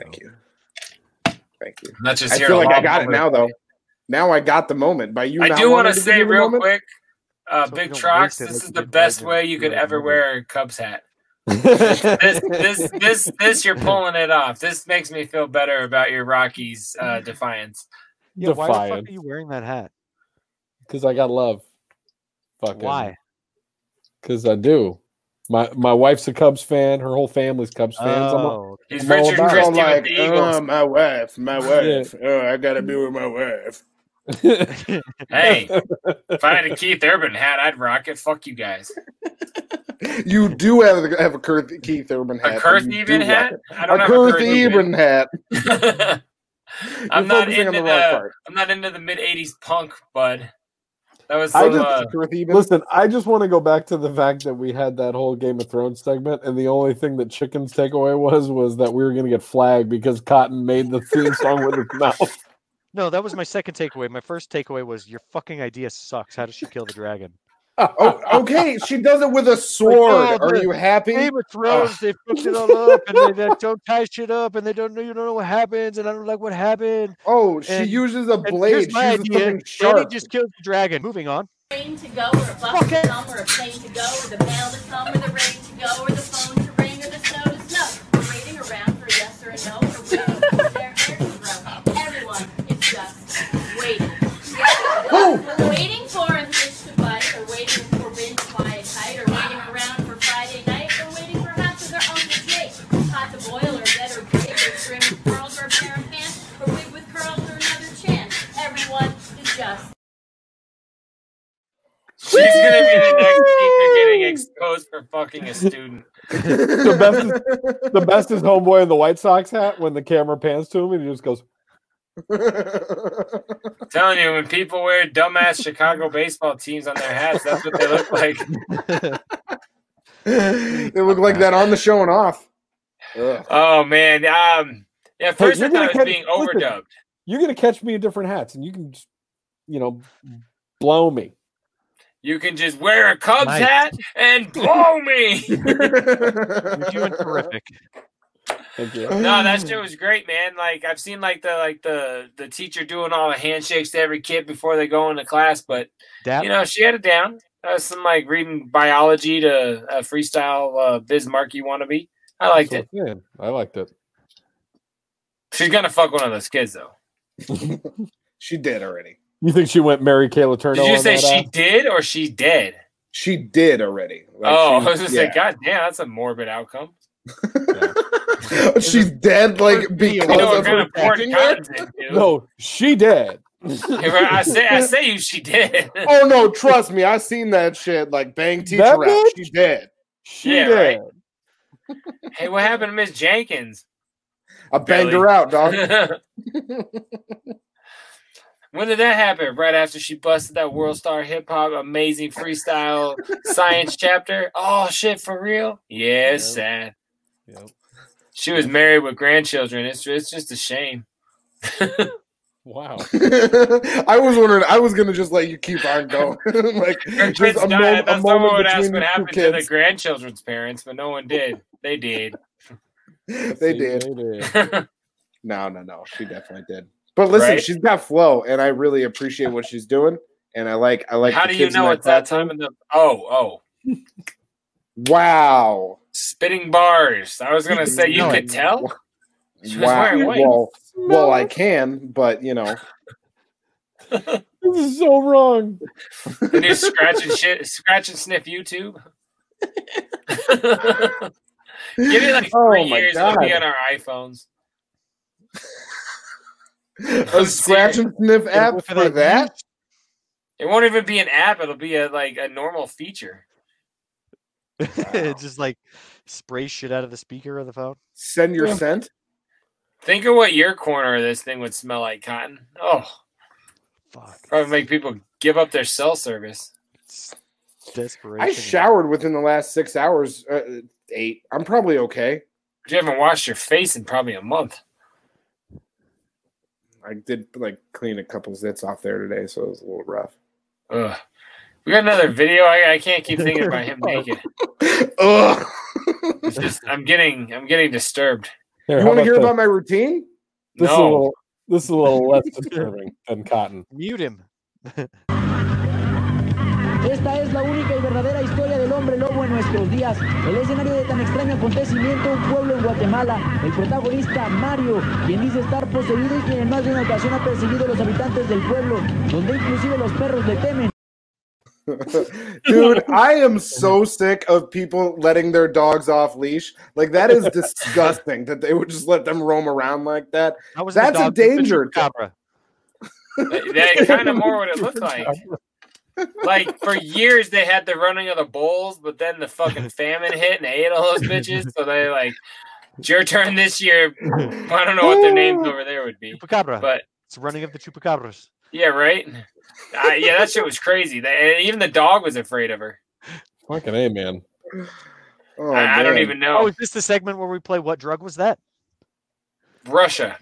Speaker 2: thank you, thank you.
Speaker 3: Let's just
Speaker 2: I
Speaker 3: hear
Speaker 2: feel
Speaker 3: a
Speaker 2: like
Speaker 3: long
Speaker 2: I got it
Speaker 3: moment.
Speaker 2: now, though. Now I got the moment by you.
Speaker 3: I
Speaker 2: not
Speaker 3: do want
Speaker 2: wanting
Speaker 3: to
Speaker 2: give
Speaker 3: say
Speaker 2: me the
Speaker 3: real
Speaker 2: moment?
Speaker 3: quick uh,
Speaker 10: So we
Speaker 3: big
Speaker 10: don't
Speaker 3: trucks.
Speaker 10: waste it
Speaker 3: This
Speaker 10: like
Speaker 3: is
Speaker 10: we
Speaker 3: the
Speaker 10: did
Speaker 3: best
Speaker 10: Roger.
Speaker 3: way you could
Speaker 10: Yeah,
Speaker 3: ever
Speaker 10: maybe.
Speaker 3: wear a Cubs hat. this, this, this, this, you're pulling it off. This makes me feel better about your Rockies uh, defiance.
Speaker 10: Yeah, why the fuck
Speaker 9: Defiant.
Speaker 10: are you wearing that hat?
Speaker 9: Because I got love. Fucking.
Speaker 10: Why?
Speaker 9: Because I do. My my wife's a Cubs fan. Her whole family's Cubs fans. I'm all-
Speaker 10: Oh.
Speaker 3: He's
Speaker 9: I'm all
Speaker 3: Richard
Speaker 9: about it.
Speaker 3: Christie with
Speaker 2: like,
Speaker 3: the Eagles.
Speaker 2: oh, my wife, my wife. Oh, I gotta be with my wife.
Speaker 3: hey, if I had a Keith Urban hat, I'd rock it. Fuck you guys.
Speaker 2: You do have a, have a Kirth, Keith Urban hat.
Speaker 3: A Kirth
Speaker 2: You
Speaker 3: Eben
Speaker 2: do
Speaker 3: hat?
Speaker 2: like it.
Speaker 3: I don't
Speaker 2: a
Speaker 3: have
Speaker 2: Kirth
Speaker 3: Kirth Eben.
Speaker 2: Eben hat.
Speaker 3: I'm
Speaker 2: You're
Speaker 3: not
Speaker 2: focusing
Speaker 3: into
Speaker 2: on
Speaker 3: the,
Speaker 2: the wrong part.
Speaker 3: I'm not into the mid '80s punk, bud. That was
Speaker 9: I
Speaker 3: some,
Speaker 9: just-
Speaker 3: uh,
Speaker 2: Kirth Eben.
Speaker 9: Listen, I just want to go back to the fact that we had that whole Game of Thrones segment, and the only thing that Chicken's takeaway was was that we were going to get flagged because Cotton made the theme song with his mouth.
Speaker 10: No, that was my second takeaway. My first takeaway was your fucking idea sucks. How does she kill the dragon?
Speaker 2: Oh, okay. She does it with a sword.
Speaker 10: oh,
Speaker 2: Are
Speaker 10: the-
Speaker 2: you happy?
Speaker 10: Game of Thrones, they fucked it all up and they, they don't tie shit up and they don't know you don't know what happens and I don't like what happened.
Speaker 2: Oh, she
Speaker 10: And-
Speaker 2: uses a
Speaker 10: And
Speaker 2: blade.
Speaker 10: here's
Speaker 2: She
Speaker 10: my
Speaker 2: uses
Speaker 10: idea.
Speaker 2: something
Speaker 10: Danny
Speaker 2: sharp.
Speaker 10: just kills the dragon. Moving on.
Speaker 16: train to go or a bus to come or a plane to go or the mail to come or the rain to go or the phone to ring or the snow to snow. We're waiting around for a yes or a no or waiting for their hair to grow. Everyone is just waiting. We're waiting for a fish to bite or waiting for wind to fly a kite or waiting around for Friday night or waiting for perhaps their uncle Jake. Pot to boil or dead or big or trim with curls or a pair of pants or wig with curls or another chin. Everyone is just
Speaker 3: she's gonna be the next teacher getting exposed for fucking a student.
Speaker 9: The best, is, the best is homeboy in the White Sox hat when the camera pans to him and he just goes,
Speaker 3: telling you, when people wear dumbass Chicago baseball teams on their hats, that's what they look like.
Speaker 2: it looked like that on the show and off. Ugh.
Speaker 3: Oh man, um, yeah. First,
Speaker 9: you're
Speaker 3: I thought
Speaker 9: gonna
Speaker 3: it was
Speaker 9: catch-
Speaker 3: being
Speaker 9: listen.
Speaker 3: overdubbed.
Speaker 9: "You're going to catch me in different hats, and you can just, you know, blow me."
Speaker 3: You can just wear a Cubs
Speaker 10: Nice.
Speaker 3: hat and blow me.
Speaker 10: You're doing terrific.
Speaker 9: Thank you.
Speaker 3: No,
Speaker 2: Mm.
Speaker 3: that shit was great, man. Like I've seen like the like the the teacher doing all the handshakes to every kid before they go into class, but
Speaker 10: That
Speaker 3: you know she had it down. That was some like reading biology to a freestyle uh, Bismarcky wannabe. I liked it.
Speaker 9: That's what I'm saying. I liked it.
Speaker 3: She's gonna fuck one of those kids though.
Speaker 2: she did already.
Speaker 9: You think she went Mary Kay Letourneau?
Speaker 3: Did you
Speaker 9: on
Speaker 3: say
Speaker 9: that
Speaker 3: she
Speaker 9: ass?
Speaker 3: did or she dead?
Speaker 2: She did already. Like,
Speaker 3: oh,
Speaker 2: she-
Speaker 3: I was just
Speaker 2: yeah.
Speaker 3: like, God damn, that's a morbid outcome.
Speaker 2: She's dead, like because
Speaker 3: You know,
Speaker 2: of
Speaker 3: we're gonna
Speaker 2: her
Speaker 3: pour
Speaker 2: acting there?
Speaker 3: content, dude.
Speaker 9: No, she did.
Speaker 3: If I I say I say you she did.
Speaker 2: Oh no, trust me, I seen that shit. Like bang teacher
Speaker 9: That
Speaker 2: out.
Speaker 9: bitch?
Speaker 2: She's dead.
Speaker 9: She
Speaker 3: Yeah,
Speaker 9: did.
Speaker 3: hey, what happened to Miss Jenkins?
Speaker 2: I banged
Speaker 3: Really?
Speaker 2: her out, dog.
Speaker 3: when did that happen? Right after she busted that world star hip hop amazing freestyle science chapter. Oh shit, for real? Yeah, it's sad.
Speaker 9: Yep.
Speaker 3: She was married with grandchildren. It's it's just a shame.
Speaker 9: Wow.
Speaker 2: I was wondering. I was gonna just let you keep on going. like
Speaker 3: Her
Speaker 2: just
Speaker 3: kids
Speaker 2: a
Speaker 3: died.
Speaker 2: mom-
Speaker 3: I
Speaker 2: a
Speaker 3: thought someone
Speaker 2: moment
Speaker 3: would
Speaker 2: between
Speaker 3: ask
Speaker 2: the
Speaker 3: what
Speaker 2: two
Speaker 3: happened to the
Speaker 2: kids.
Speaker 3: grandchildren's parents, but no one did. They did.
Speaker 2: They
Speaker 9: See,
Speaker 2: did.
Speaker 9: They did.
Speaker 2: No, no, no. She definitely did. But listen,
Speaker 3: Right?
Speaker 2: she's got flow, and I really appreciate what she's doing. And I like, I like.
Speaker 3: How
Speaker 2: the
Speaker 3: do you
Speaker 2: kids in
Speaker 3: know it's that time
Speaker 2: platform.
Speaker 3: of the? Oh, oh.
Speaker 2: Wow!
Speaker 3: Spitting bars. I was gonna say you
Speaker 2: No,
Speaker 3: could tell. She was
Speaker 2: Wow!
Speaker 3: wearing white.
Speaker 2: Well, well, I can, but you know,
Speaker 9: This is so wrong.
Speaker 3: And you scratch and shit, scratch and sniff YouTube. Give it like
Speaker 2: Oh
Speaker 3: three
Speaker 2: my
Speaker 3: years, it'll be
Speaker 2: God.
Speaker 3: on our iPhones. Oh,
Speaker 2: a scratch and sniff app
Speaker 10: for
Speaker 2: for
Speaker 10: that
Speaker 2: that.
Speaker 3: It won't even be an app; it'll be a like a normal feature.
Speaker 10: just like spray shit out of the speaker of the phone.
Speaker 2: Send your
Speaker 9: Yeah.
Speaker 2: scent.
Speaker 3: Think of what your corner of this thing would smell like, Cotton. Oh,
Speaker 10: Fuck.
Speaker 3: probably make people give up their cell service.
Speaker 10: It's desperation.
Speaker 2: I showered within the last six hours, uh, eight. I'm probably okay.
Speaker 3: You haven't washed your face in probably a month.
Speaker 2: I did like clean a couple zits off there today, so it was a little rough.
Speaker 3: Ugh. We got another video. I, I can't keep thinking about him naked.
Speaker 2: Ugh.
Speaker 3: It's just I'm getting I'm getting disturbed.
Speaker 9: Here,
Speaker 2: you
Speaker 9: how
Speaker 2: want to hear
Speaker 9: this?
Speaker 2: about my routine?
Speaker 9: This is a
Speaker 3: No.
Speaker 9: little, this is a little less disturbing than cotton.
Speaker 10: Mute him.
Speaker 16: If
Speaker 17: Esta es la única y verdadera historia del hombre lobo en nuestros días. El escenario de tan extraño acontecimiento, un pueblo en Guatemala. El protagonista, Mario, quien dice estar poseído y quien en más de una ocasión ha perseguido a los habitantes del pueblo, donde inclusive los perros le temen.
Speaker 2: Dude, I am so sick of people letting their dogs off leash. Like that is disgusting that they would just let them roam around like that.
Speaker 10: was the
Speaker 2: That's a
Speaker 10: dog that bit
Speaker 2: danger.
Speaker 10: the Cabra.
Speaker 3: That's kind of more what it looked like. Like for years they had the running of the bulls, but then the fucking famine hit and they ate all those bitches. So they like, it's your turn this year. I don't know what their names over there would be.
Speaker 10: Chupacabra.
Speaker 3: But
Speaker 10: It's running of the chupacabras.
Speaker 3: yeah, right. I, yeah, that shit was crazy. They, and even the dog was afraid of her.
Speaker 9: Fucking A, man.
Speaker 2: Oh,
Speaker 3: I- I don't man. even know.
Speaker 10: Oh, is this the segment where we play what drug was that?
Speaker 3: Russia.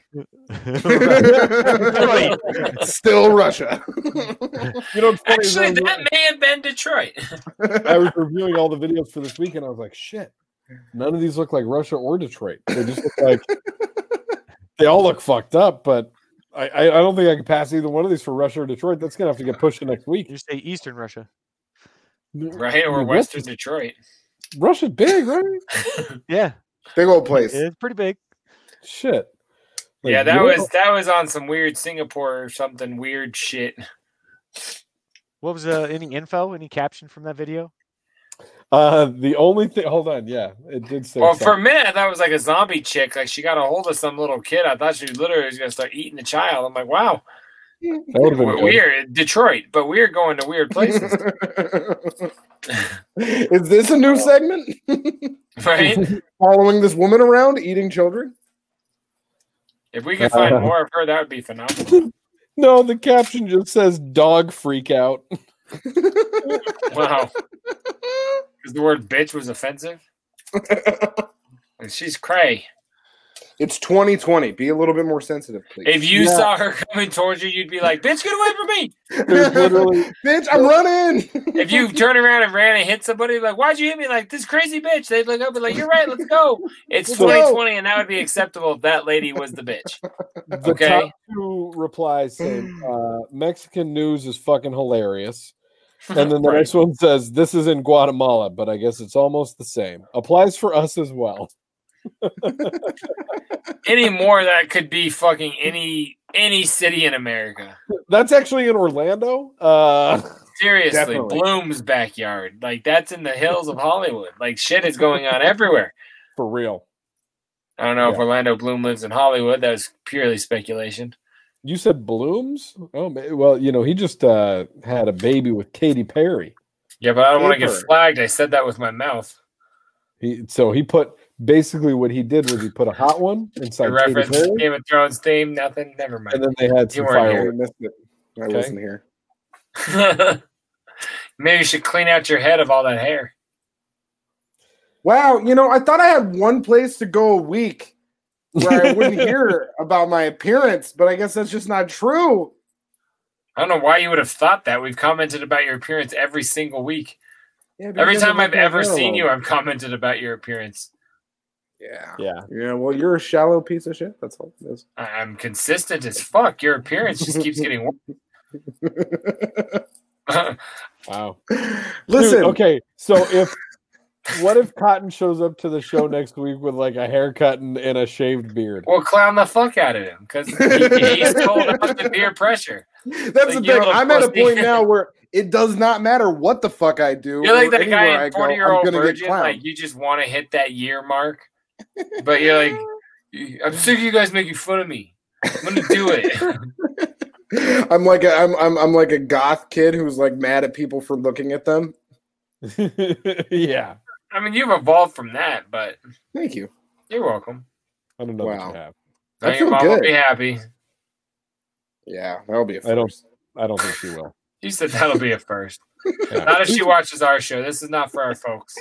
Speaker 10: Detroit.
Speaker 2: Still Russia.
Speaker 9: You know, it's funny,
Speaker 3: Actually,
Speaker 9: though,
Speaker 3: that may have been Detroit.
Speaker 9: I was reviewing all the videos for this week, and I was like, shit, none of these look like Russia or Detroit. They just look like they all look fucked up, but I, I, I don't think I can pass either one of these for Russia or Detroit. That's gonna have to get pushed to next week.
Speaker 10: You say Eastern Russia.
Speaker 3: Right, or
Speaker 9: Russia's-
Speaker 3: Western Detroit.
Speaker 9: Russia's big, right?
Speaker 10: yeah.
Speaker 2: Big old place.
Speaker 10: It's pretty big.
Speaker 9: Shit. Like,
Speaker 3: Yeah, that
Speaker 9: Europe-
Speaker 3: was that was on some weird Singapore or something weird shit.
Speaker 10: What was uh, any info, any caption from that video?
Speaker 9: Uh, the only thing. Hold on. Yeah, it did say.
Speaker 3: Well,
Speaker 9: something.
Speaker 3: for a minute I thought it was like a zombie chick. Like she got a hold of some little kid. I thought she literally was gonna start eating the child. I'm like, wow,
Speaker 9: That would've been
Speaker 3: we're
Speaker 9: good.
Speaker 3: weird Detroit, but we're going to weird places,
Speaker 2: Is this a new segment?
Speaker 3: right?
Speaker 2: Following this woman around eating children?
Speaker 3: If we could find
Speaker 9: Uh.
Speaker 3: more of her, that would be phenomenal.
Speaker 9: No, the caption just says "dog freak out."
Speaker 3: Wow, because the word bitch was offensive. And she's cray.
Speaker 2: It's 2020. Be a little bit more sensitive, please.
Speaker 3: If you
Speaker 2: Yeah.
Speaker 3: saw her coming towards you, you'd be like, "Bitch, get away from me!"
Speaker 2: bitch, I'm running.
Speaker 3: If you turn around and ran and hit somebody, like, why'd you hit me? Like, this crazy bitch. They'd look up and be like, you're right, let's go. It's
Speaker 9: Let's go.
Speaker 3: 2020, and that would be acceptable if that lady was the bitch.
Speaker 9: The
Speaker 3: Okay.
Speaker 9: top two replies say, uh, "Mexican news is fucking hilarious," and then the
Speaker 3: Right.
Speaker 9: next one says, "This is in Guatemala, but I guess it's almost the same." Applies for us as well.
Speaker 3: Any more, that could be fucking any any city in America.
Speaker 9: That's actually in Orlando. Uh,
Speaker 3: Seriously,
Speaker 9: Definitely.
Speaker 3: Bloom's backyard. Like, that's in the hills of Hollywood. Like, shit is going on everywhere.
Speaker 9: for real.
Speaker 3: I don't know if
Speaker 9: Yeah.
Speaker 3: Orlando Bloom lives in Hollywood. That was purely speculation.
Speaker 9: You said blooms? Oh, ma- well, you know, he just uh, had a baby with Katy Perry.
Speaker 3: Yeah, but I don't want to get
Speaker 9: Paper.
Speaker 3: flagged. I said that with my mouth.
Speaker 9: He so he put basically what he did was he put a hot one
Speaker 3: I
Speaker 9: inside Katy
Speaker 3: reference
Speaker 9: Perry,
Speaker 3: Game of Thrones theme, nothing. Never mind.
Speaker 9: and then they had
Speaker 3: You
Speaker 9: some
Speaker 3: weren't
Speaker 9: fireworks.
Speaker 3: here.
Speaker 2: I missed it. I
Speaker 9: Okay.
Speaker 2: wasn't here.
Speaker 3: Maybe you should clean out your head of all that hair.
Speaker 2: Wow, you know, I thought I had one place to go a week where I wouldn't hear about my appearance, but I guess that's just not true.
Speaker 3: I don't know why you would have thought that. We've commented about your appearance every single week.
Speaker 2: Yeah,
Speaker 3: Every
Speaker 2: because I
Speaker 3: time
Speaker 2: like
Speaker 3: I've
Speaker 2: my
Speaker 3: ever
Speaker 2: hair a
Speaker 3: seen
Speaker 2: lot.
Speaker 3: you, I've commented about your appearance.
Speaker 2: Yeah.
Speaker 9: Yeah.
Speaker 2: Yeah, well, you're a shallow piece of shit. That's all it is.
Speaker 3: I- I'm consistent as fuck. Your appearance just keeps getting worse.
Speaker 9: Wow.
Speaker 2: Listen,
Speaker 9: Dude, okay, so if what if Cotton shows up to the show next week with like a haircut and, and a shaved beard?
Speaker 3: we'll clown the fuck out of him because he, he's told about the peer pressure.
Speaker 2: that's the
Speaker 3: Like, you're
Speaker 2: thing.
Speaker 3: a
Speaker 2: I'm at a
Speaker 3: pussy.
Speaker 2: point now where it does not matter what the fuck I do.
Speaker 3: You're like
Speaker 2: or
Speaker 3: that
Speaker 2: anywhere
Speaker 3: guy
Speaker 2: I
Speaker 3: in
Speaker 2: go,
Speaker 3: 40 year
Speaker 2: I'm
Speaker 3: old
Speaker 2: gonna get
Speaker 3: virgin. Like
Speaker 2: clowned.
Speaker 3: you just want to hit that year mark, but you're like, I'm sick of you guys making fun of me. I'm gonna do it.
Speaker 2: I'm like a, I'm, I'm I'm like a goth kid who's like mad at people for looking at them.
Speaker 9: yeah.
Speaker 3: I mean, you've evolved from that, but
Speaker 2: Thank you.
Speaker 3: you're welcome.
Speaker 9: I don't know
Speaker 2: Wow.
Speaker 9: what you have.
Speaker 2: I
Speaker 3: Now your
Speaker 2: feel
Speaker 3: mom will
Speaker 2: good.
Speaker 3: be happy.
Speaker 2: Yeah, that'll be. A
Speaker 9: I don't
Speaker 2: first.
Speaker 9: I don't think she will.
Speaker 3: You said that'll be a first.
Speaker 9: Yeah.
Speaker 3: Not if she watches our show. This is not for our folks.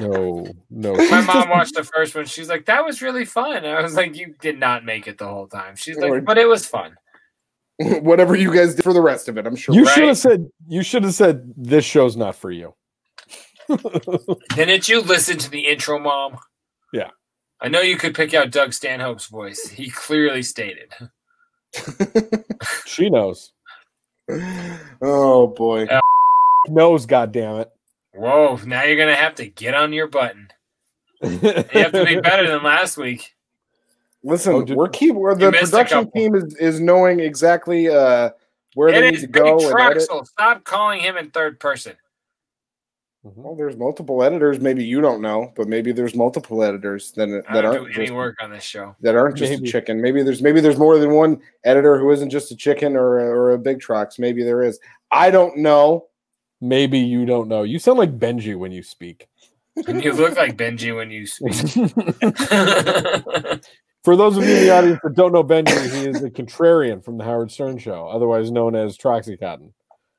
Speaker 9: No, no.
Speaker 3: My mom watched the first one. She's like, "That was really fun." I was like, "You did not make it the whole time." She's
Speaker 2: Or-
Speaker 3: like, "But it was fun."
Speaker 2: Whatever you guys did for the rest of it, I'm sure.
Speaker 9: You
Speaker 3: Right.
Speaker 9: should have said you should have said this show's not for you.
Speaker 3: Didn't you listen to the intro, mom?
Speaker 9: Yeah.
Speaker 3: I know you could pick out Doug Stanhope's voice. He clearly stated.
Speaker 9: She knows.
Speaker 2: Oh boy.
Speaker 3: Uh, Yeah.
Speaker 9: knows, goddamn it.
Speaker 3: Whoa, now you're going to have to get on your button. you have to be better than last week.
Speaker 2: Listen,
Speaker 3: Oh, dude.
Speaker 2: we're keep we're,
Speaker 3: You
Speaker 2: the
Speaker 3: missed a
Speaker 2: production
Speaker 3: couple.
Speaker 2: team is, is knowing exactly uh, where they
Speaker 3: It
Speaker 2: need
Speaker 3: is
Speaker 2: to go.
Speaker 3: Vinnie
Speaker 2: And edit.
Speaker 3: Troxel. Stop calling him in third person.
Speaker 9: Mhm.
Speaker 2: Well, there's multiple editors. Maybe you don't know, but maybe there's multiple editors that
Speaker 3: I
Speaker 2: that
Speaker 3: don't
Speaker 2: aren't
Speaker 3: do any
Speaker 2: just,
Speaker 3: work on this show.
Speaker 2: that aren't just
Speaker 3: Maybe.
Speaker 2: a chicken. Maybe there's maybe there's more than one editor who isn't just a chicken or a- or a big trucks. Maybe there is. I don't know.
Speaker 9: Maybe you don't know. You sound like Benji when you speak.
Speaker 3: And you look like Benji when you speak.
Speaker 9: For those of you in the audience that don't know Benji, he is the contrarian from the Howard Stern Show, otherwise known as Troxycotton.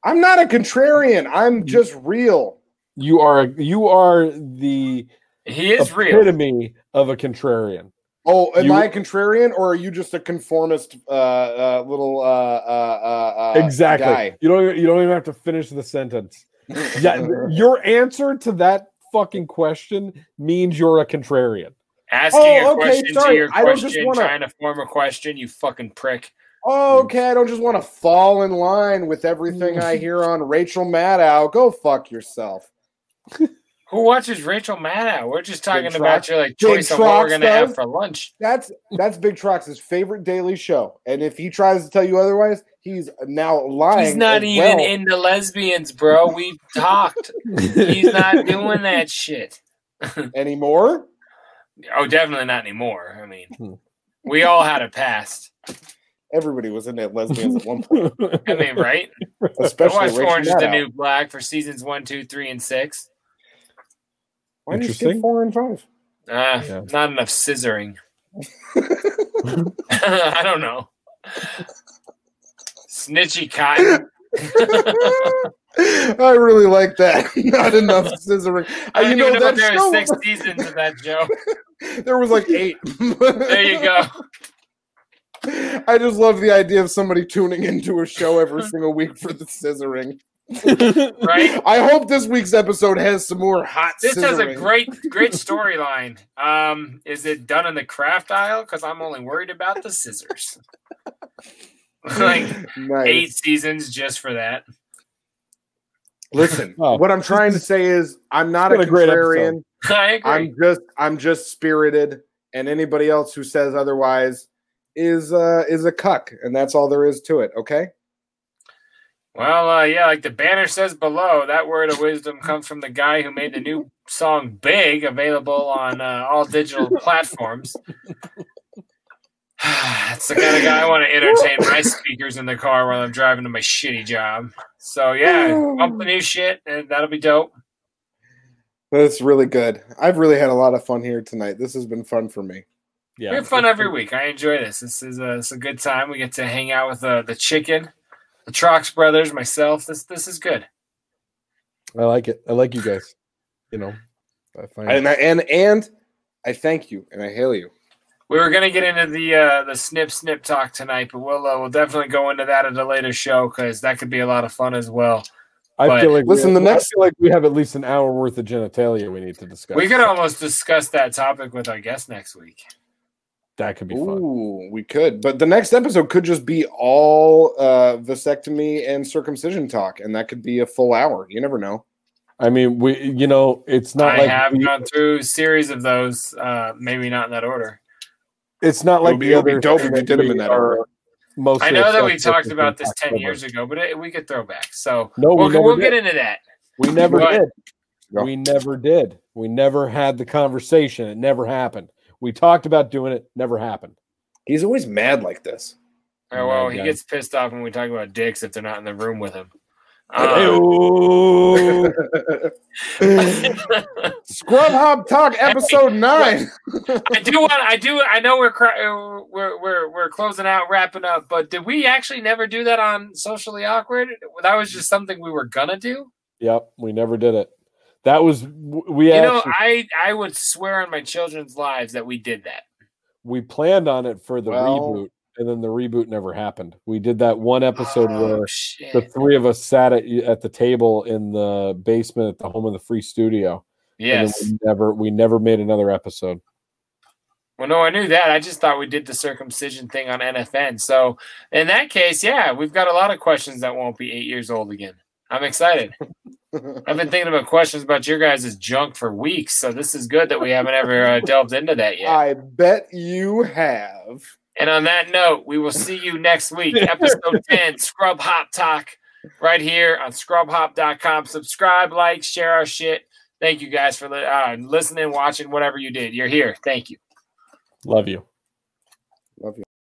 Speaker 2: I'm not a contrarian.
Speaker 9: Mm-hmm.
Speaker 2: I'm just real.
Speaker 9: You are you are the
Speaker 3: he is real.
Speaker 9: epitome of a contrarian.
Speaker 2: Oh, am
Speaker 9: You-
Speaker 2: I a contrarian or are you just a conformist uh, uh, little uh, uh, uh, uh,
Speaker 9: exactly.
Speaker 2: guy?
Speaker 9: You don't you don't even have to finish the sentence. yeah, your answer to that fucking question means you're a contrarian.
Speaker 3: Asking
Speaker 2: Oh,
Speaker 3: your
Speaker 2: okay,
Speaker 3: question
Speaker 2: sorry.
Speaker 3: to your
Speaker 2: I don't just
Speaker 3: question,
Speaker 2: wanna-
Speaker 3: trying to form a question, you fucking prick.
Speaker 2: Oh, okay. I don't just want to fall in line with everything
Speaker 9: Mm-hmm.
Speaker 2: I hear on Rachel Maddow. Go fuck yourself.
Speaker 3: Who watches Rachel Maddow? We're just talking
Speaker 2: Big
Speaker 3: about
Speaker 2: Trox-
Speaker 3: your like
Speaker 2: Big
Speaker 3: choice of what we're
Speaker 2: Trox
Speaker 3: gonna have
Speaker 2: does.
Speaker 3: for lunch.
Speaker 2: That's that's Big Trox's favorite daily show, and if he tries to tell you otherwise, he's now lying.
Speaker 3: He's not
Speaker 2: as
Speaker 3: even
Speaker 2: well.
Speaker 3: into lesbians, bro. We talked. He's not doing that shit
Speaker 2: anymore.
Speaker 3: Oh, definitely not anymore. I
Speaker 2: Hmm.
Speaker 3: mean, we all had a past.
Speaker 2: Everybody was into lesbians at one point.
Speaker 3: I mean, right?
Speaker 2: Especially
Speaker 3: I watched
Speaker 2: Rachel
Speaker 3: Orange is the
Speaker 2: Maddow.
Speaker 3: New Black for seasons one, two, three, and six.
Speaker 2: Why did you skip
Speaker 3: Interesting.
Speaker 2: four and five?
Speaker 3: Uh,
Speaker 2: Yeah.
Speaker 3: Not enough scissoring. I don't know. Snitchy cotton.
Speaker 2: I really like that. Not enough scissoring. Uh,
Speaker 3: I
Speaker 2: you
Speaker 3: didn't
Speaker 2: know
Speaker 3: even know
Speaker 2: that
Speaker 3: there
Speaker 2: show.
Speaker 3: were six seasons of that joke.
Speaker 2: There was like eight.
Speaker 3: There you go.
Speaker 2: I just love the idea of somebody tuning into a show every single week for the scissoring.
Speaker 3: right?
Speaker 2: I hope this week's episode has some more hot
Speaker 3: This
Speaker 2: scissoring.
Speaker 3: has a great, great storyline. Um, is it done in the craft aisle? Because I'm only worried about the scissors. like
Speaker 2: Nice.
Speaker 3: eight seasons just for that.
Speaker 2: Listen, what I'm trying to say is I'm not a
Speaker 9: What Oh. a great
Speaker 2: contrarian.
Speaker 9: episode.
Speaker 3: I agree.
Speaker 2: I'm just I'm just spirited, and anybody else who says otherwise is uh is a cuck, and that's all there is to it. Okay.
Speaker 3: Well, uh, yeah, like the banner says below, that word of wisdom comes from the guy who made the new song "Big" available on uh, all digital platforms. That's the kind of guy I want to entertain my speakers in the car while I'm driving to my shitty job. So yeah, bump the new shit, and that'll be dope.
Speaker 2: That's really good. I've really had a lot of fun here tonight. This has been fun for me.
Speaker 3: we have fun every week. I enjoy this. This is a, it's a good time. We get to hang out with uh, the chicken, the Trox brothers, myself. This this is good.
Speaker 9: I like it. I like you guys. You know, I find
Speaker 2: And I, and and I thank you and I hail you.
Speaker 3: We were gonna get into the uh, the snip snip talk tonight, but we'll uh, we'll definitely go into that at a later show because that could be a lot of fun as well.
Speaker 9: I
Speaker 3: But-
Speaker 9: feel like we
Speaker 2: Listen,
Speaker 9: have-
Speaker 2: the
Speaker 9: I
Speaker 2: next-
Speaker 9: feel like we have at least an hour worth of genitalia we need to discuss.
Speaker 3: we could almost discuss that topic with our guest next week.
Speaker 9: that could be fun.
Speaker 2: Ooh, we could, but the next episode could just be all uh, vasectomy and circumcision talk, and that could be a full hour. You never know.
Speaker 9: I mean, we you know, it's not
Speaker 3: I
Speaker 9: like
Speaker 3: have
Speaker 9: we-
Speaker 3: gone through a series of those, uh, maybe not in that order.
Speaker 9: it's not
Speaker 2: It'll
Speaker 9: like
Speaker 2: be-
Speaker 9: the
Speaker 2: it'll be
Speaker 9: other
Speaker 2: dope
Speaker 9: thing
Speaker 2: if you did 'em in
Speaker 9: we
Speaker 2: that
Speaker 9: are
Speaker 2: order.
Speaker 9: mostly
Speaker 3: I know that we
Speaker 9: obsessed with
Speaker 3: talked
Speaker 9: and
Speaker 3: about this
Speaker 9: talked
Speaker 3: ten years ago, but it, we could throw back. So
Speaker 9: No, we
Speaker 3: we'll,
Speaker 9: never
Speaker 3: we'll
Speaker 9: did.
Speaker 3: get into that.
Speaker 9: We never
Speaker 3: But-
Speaker 9: did. We never did. We never had the conversation. It never happened. We talked about doing it. Never happened.
Speaker 2: He's always mad like this.
Speaker 3: Oh, well,
Speaker 9: my
Speaker 3: he
Speaker 9: God.
Speaker 3: gets pissed off when we talk about dicks if they're not in the room with him.
Speaker 9: Hey-oh.
Speaker 3: Um,
Speaker 2: Scrub Hop Talk episode nine.
Speaker 3: I do want. I do. I know we're cr- uh, we're we're we're closing out, wrapping up. But did we actually never do that on socially awkward? That was just something we were gonna do.
Speaker 9: Yep, we never did it. That was w- we
Speaker 3: you
Speaker 9: actually,
Speaker 3: know, I I would swear on my children's lives that we did that.
Speaker 9: we planned on it for the
Speaker 3: Well-
Speaker 9: reboot, and then the reboot never happened. We did that one episode
Speaker 2: Ah.
Speaker 9: where
Speaker 3: Oh, shit.
Speaker 9: the three of us sat at, at the table in the basement at the home of the free studio. and then
Speaker 3: Yes.
Speaker 9: we never we never made another episode.
Speaker 3: Well, no, I knew that. I just thought we did the circumcision thing on NFN. So in that case, yeah, we've got a lot of questions that won't be eight years old again. I'm excited. I've been thinking about questions about your guys' junk for weeks, so this is good that we haven't ever uh, delved into that yet.
Speaker 2: I bet you have.
Speaker 3: And on that note, we will see you next week, episode 10, Scrub Hop Talk, right here on scrubhop.com. Subscribe, like, share our shit. Thank you guys for li- uh, listening, watching, whatever you did. You're here. Thank you.
Speaker 9: Love you.